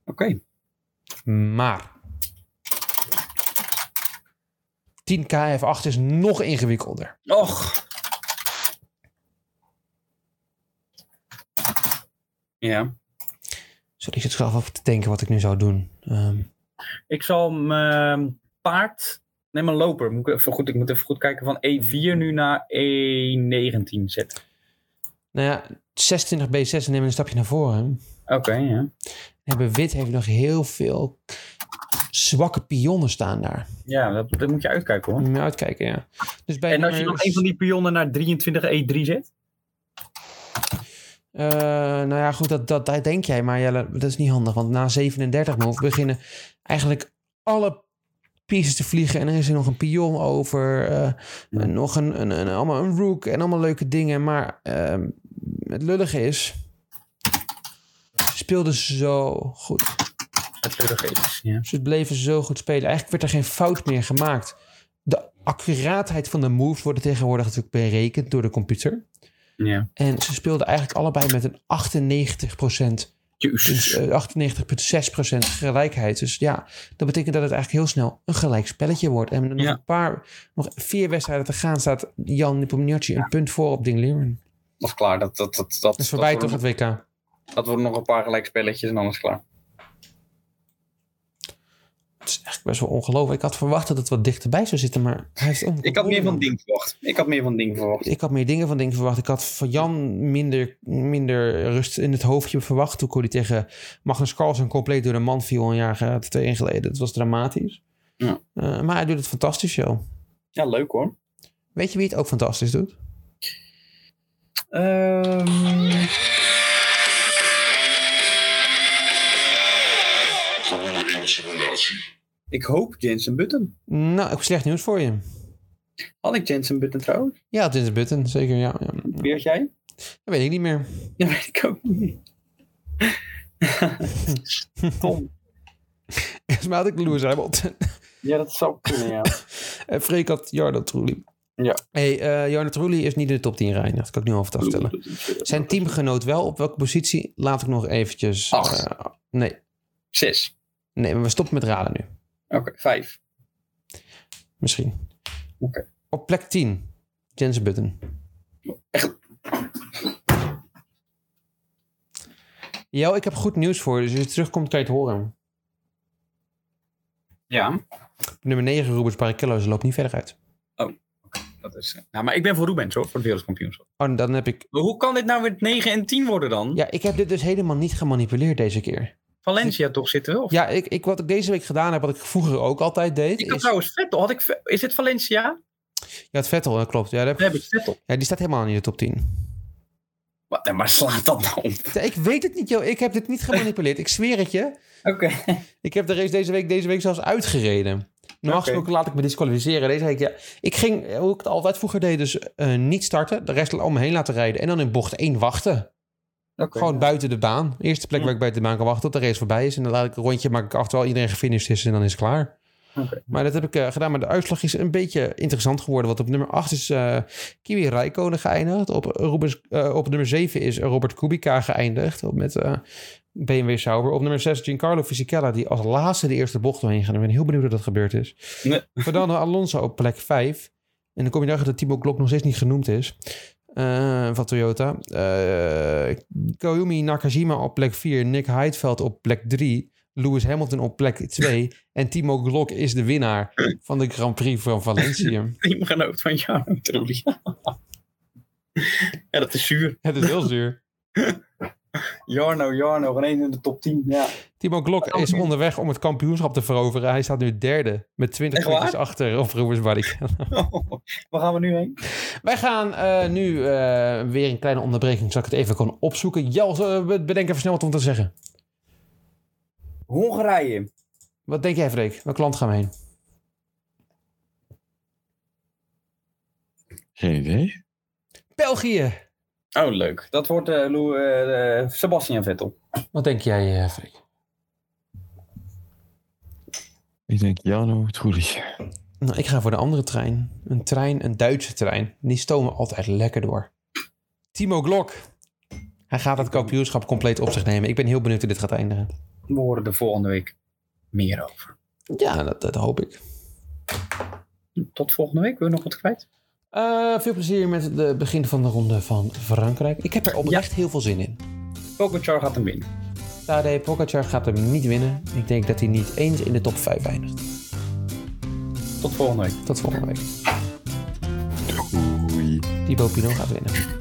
S2: Oké.
S1: Maar 10KF8 is nog ingewikkelder.
S2: Och. Ja.
S1: Sorry, ik zit zelf over te denken wat ik nu zou doen. Ehm,
S2: Ik zal mijn paard... Nee, mijn loper. Moet ik, even goed, ik moet even goed kijken. Van E4 nu naar E19 zetten.
S1: nou ja, 26B6 nemen een stapje naar voren.
S2: Oké, ja.
S1: Hebben wit heeft nog heel veel zwakke pionnen staan daar.
S2: Ja, dat, dat moet je uitkijken hoor.
S1: Moet je mee uitkijken, ja. Dus bij
S2: En als je
S1: nummer-
S2: nog een van die pionnen naar 23 E3 zet?
S1: Eh, nou ja, goed, dat, dat, dat denk jij. Maar Jelle, dat is niet handig. Want na 37 move beginnen eigenlijk alle pieces te vliegen. En er is er nog een pion over. eh,
S2: Ja.
S1: en nog een, een, een, allemaal een rook en allemaal leuke dingen. Maar ehm, het lullige is... Ze speelden zo goed.
S2: Het lullige is, ja.
S1: Ze bleven zo goed spelen. Eigenlijk werd er geen fout meer gemaakt. De accuraatheid van de moves worden tegenwoordig natuurlijk berekend door de computer.
S2: Ja.
S1: En ze speelden eigenlijk allebei met een 98%, dus
S2: Juist.
S1: eh, 98,6% gelijkheid. Dus ja, dat betekent dat het eigenlijk heel snel een gelijk spelletje wordt. En nog
S2: Ja.
S1: een paar, nog vier wedstrijden te gaan, staat Jan Nepomniachtchi een punt voor op Ding Liren.
S2: Dat is klaar. Dat, dat, dat, dat,
S1: Dat is voorbij
S2: dat
S1: toch
S2: worden-
S1: het WK?
S2: Dat worden nog een paar gelijkspelletjes en dan is het klaar.
S1: Het is echt best wel ongelooflijk. Ik had verwacht dat het wat dichterbij zou zitten, maar hij heeft onder
S2: Ik had meer van
S1: controle.
S2: Ding verwacht. Ik had meer van Ding verwacht.
S1: Ik had meer dingen van Ding verwacht. Ik had van Jan minder, minder rust in het hoofdje verwacht. Toen kon hij tegen Magnus Carlsen compleet door de man viel een jaar eh, twee jaar geleden. Het was dramatisch.
S2: Ja.
S1: Eh, maar hij doet het fantastisch, joh.
S2: Ja, leuk hoor.
S1: Weet je wie het ook fantastisch doet?
S2: Ehm, ik hoop Jensen Button.
S1: Nou, ik heb slecht nieuws voor je.
S2: Had ik Jensen Button trouwens?
S1: Ja, het is de button, zeker. Ja, ja. Dat
S2: Wie had jij?
S1: weet ik niet meer.
S2: Ja, weet ik ook niet. Tom.
S1: Volgens mij had ik Lewis Hamilton.
S2: Ja, dat zou kunnen, ja.
S1: En Eh, Freek had Jarno Trulli.
S2: Ja.
S1: hey, eh, Jarno Trulli is niet in de top 10 rijden. Dat kan ik nu alvast aftellen.
S2: eh,
S1: Zijn teamgenoot wel. Op welke positie? Laat ik nog eventjes...
S2: Acht.
S1: eh, nee.
S2: Zes.
S1: nee, maar we stoppen met raden nu.
S2: Oké, vijf.
S1: Misschien.
S2: Oké.
S1: Op plek 10, Jensen Button.
S2: Echt?
S1: Jo, ik heb goed nieuws voor je. Dus als je terugkomt, kan je het horen.
S2: Ja.
S1: Nummer 9, Rubens Barrichello. Ze loopt niet verder uit.
S2: Dat is, eh, nou, maar ik ben voor Rubens hoor, voor het wereldkampioenschap.
S1: Oh, dan heb ik...
S2: Maar hoe kan dit nou weer 9 en 10 worden dan?
S1: Ja, ik heb dit dus helemaal niet gemanipuleerd deze keer.
S2: Valencia toch zitten wel?
S1: Ja, ik, ik, wat ik deze week gedaan heb, wat ik vroeger ook altijd deed...
S2: Ik had
S1: Is,
S2: trouwens Vettel. Had ik, Ve- is dit Valencia?
S1: ja, het Vettel, dat klopt. Ja, dat
S2: We
S1: heb-
S2: hebben Vettel.
S1: ja, die staat helemaal niet in de top 10.
S2: Maar, nee, maar slaat dat nou om.
S1: Ja, Ik weet het niet, joh. Ik heb dit niet gemanipuleerd. Ik zweer het je.
S2: Oké.
S1: Ik heb de race deze week, deze week zelfs uitgereden. Normaal
S2: Oké.
S1: gesproken laat ik me disqualificeren. Deze week, ja. Ik ging, eh, hoe ik het altijd vroeger deed, dus eh, niet starten. De rest om me heen laten rijden. En dan in bocht 1 wachten.
S2: Oké.
S1: Gewoon buiten de baan. Eerste plek waar ik buiten de baan kan wachten tot de race voorbij is. En dan laat ik een rondje maken af terwijl iedereen gefinished is en dan is het klaar.
S2: Oké.
S1: Maar dat heb ik eh, gedaan. Maar de uitslag is een beetje interessant geworden. Want op nummer 8 is eh, Kiwi Rijkonen geëindigd. Op, Rubens, eh, op nummer 7 is Robert Kubica geëindigd. Op, met eh, BMW Sauber. Op nummer 6 Giancarlo Fisichella. Die als laatste de eerste bocht doorheen gaat. Ik ben heel benieuwd hoe dat gebeurd is.
S2: Nee.
S1: Fernando Alonso op plek 5. En dan kom je erachter dat Timo Glock nog steeds niet genoemd is. Eh, van Toyota. Eh Koyumi Nakajima op plek 4. Nick Heidveld op plek 3. Lewis Hamilton op plek 2. en Timo Glock is de winnaar van de Grand Prix van Valencia.
S2: Teamgenoot van Jarno Trulli. ja, dat is zuur.
S1: Het is heel zuur.
S2: Jarno, Jarno, gewoon één in de top 10. Ja.
S1: Timo Glock is onderweg om het kampioenschap te veroveren. Hij staat nu derde met 20
S2: Echt waar?
S1: puntjes achter op Rubens Barrichello.
S2: waar gaan we nu heen?
S1: Wij gaan eh, nu eh, weer een kleine onderbreking, zodat ik het even kan opzoeken. Jels, eh, be- bedenk even snel wat om te zeggen.
S2: Hongarije.
S1: Wat denk jij, Freek? Welk land gaan we heen?
S4: Geen idee.
S1: België.
S2: Oh, leuk. Dat wordt eh, Lou- eh, eh, Sebastian Vettel.
S1: Wat denk jij, eh Freek?
S4: Ik denk Jano Trulli.
S1: Nou, ik ga voor de andere trein. Een trein, een Duitse trein. Die stomen altijd lekker door. Timo Glock. Hij gaat het kampioenschap compleet op zich nemen. Ik ben heel benieuwd hoe dit gaat eindigen.
S2: We horen er volgende week meer over.
S1: Ja, Nou, dat, dat hoop ik.
S2: Tot volgende week. Wil je nog wat kwijt?
S1: Eh, veel plezier met het begin van de ronde van Frankrijk. Ik heb er oprecht heel veel zin in.
S2: Pokerchar gaat hem winnen.
S1: Tadej Pogacar gaat hem niet winnen. Ik denk dat hij niet eens in de top 5 eindigt.
S2: Tot volgende week.
S1: Tot volgende week.
S4: Doei.
S1: Thibaut Pinot gaat winnen.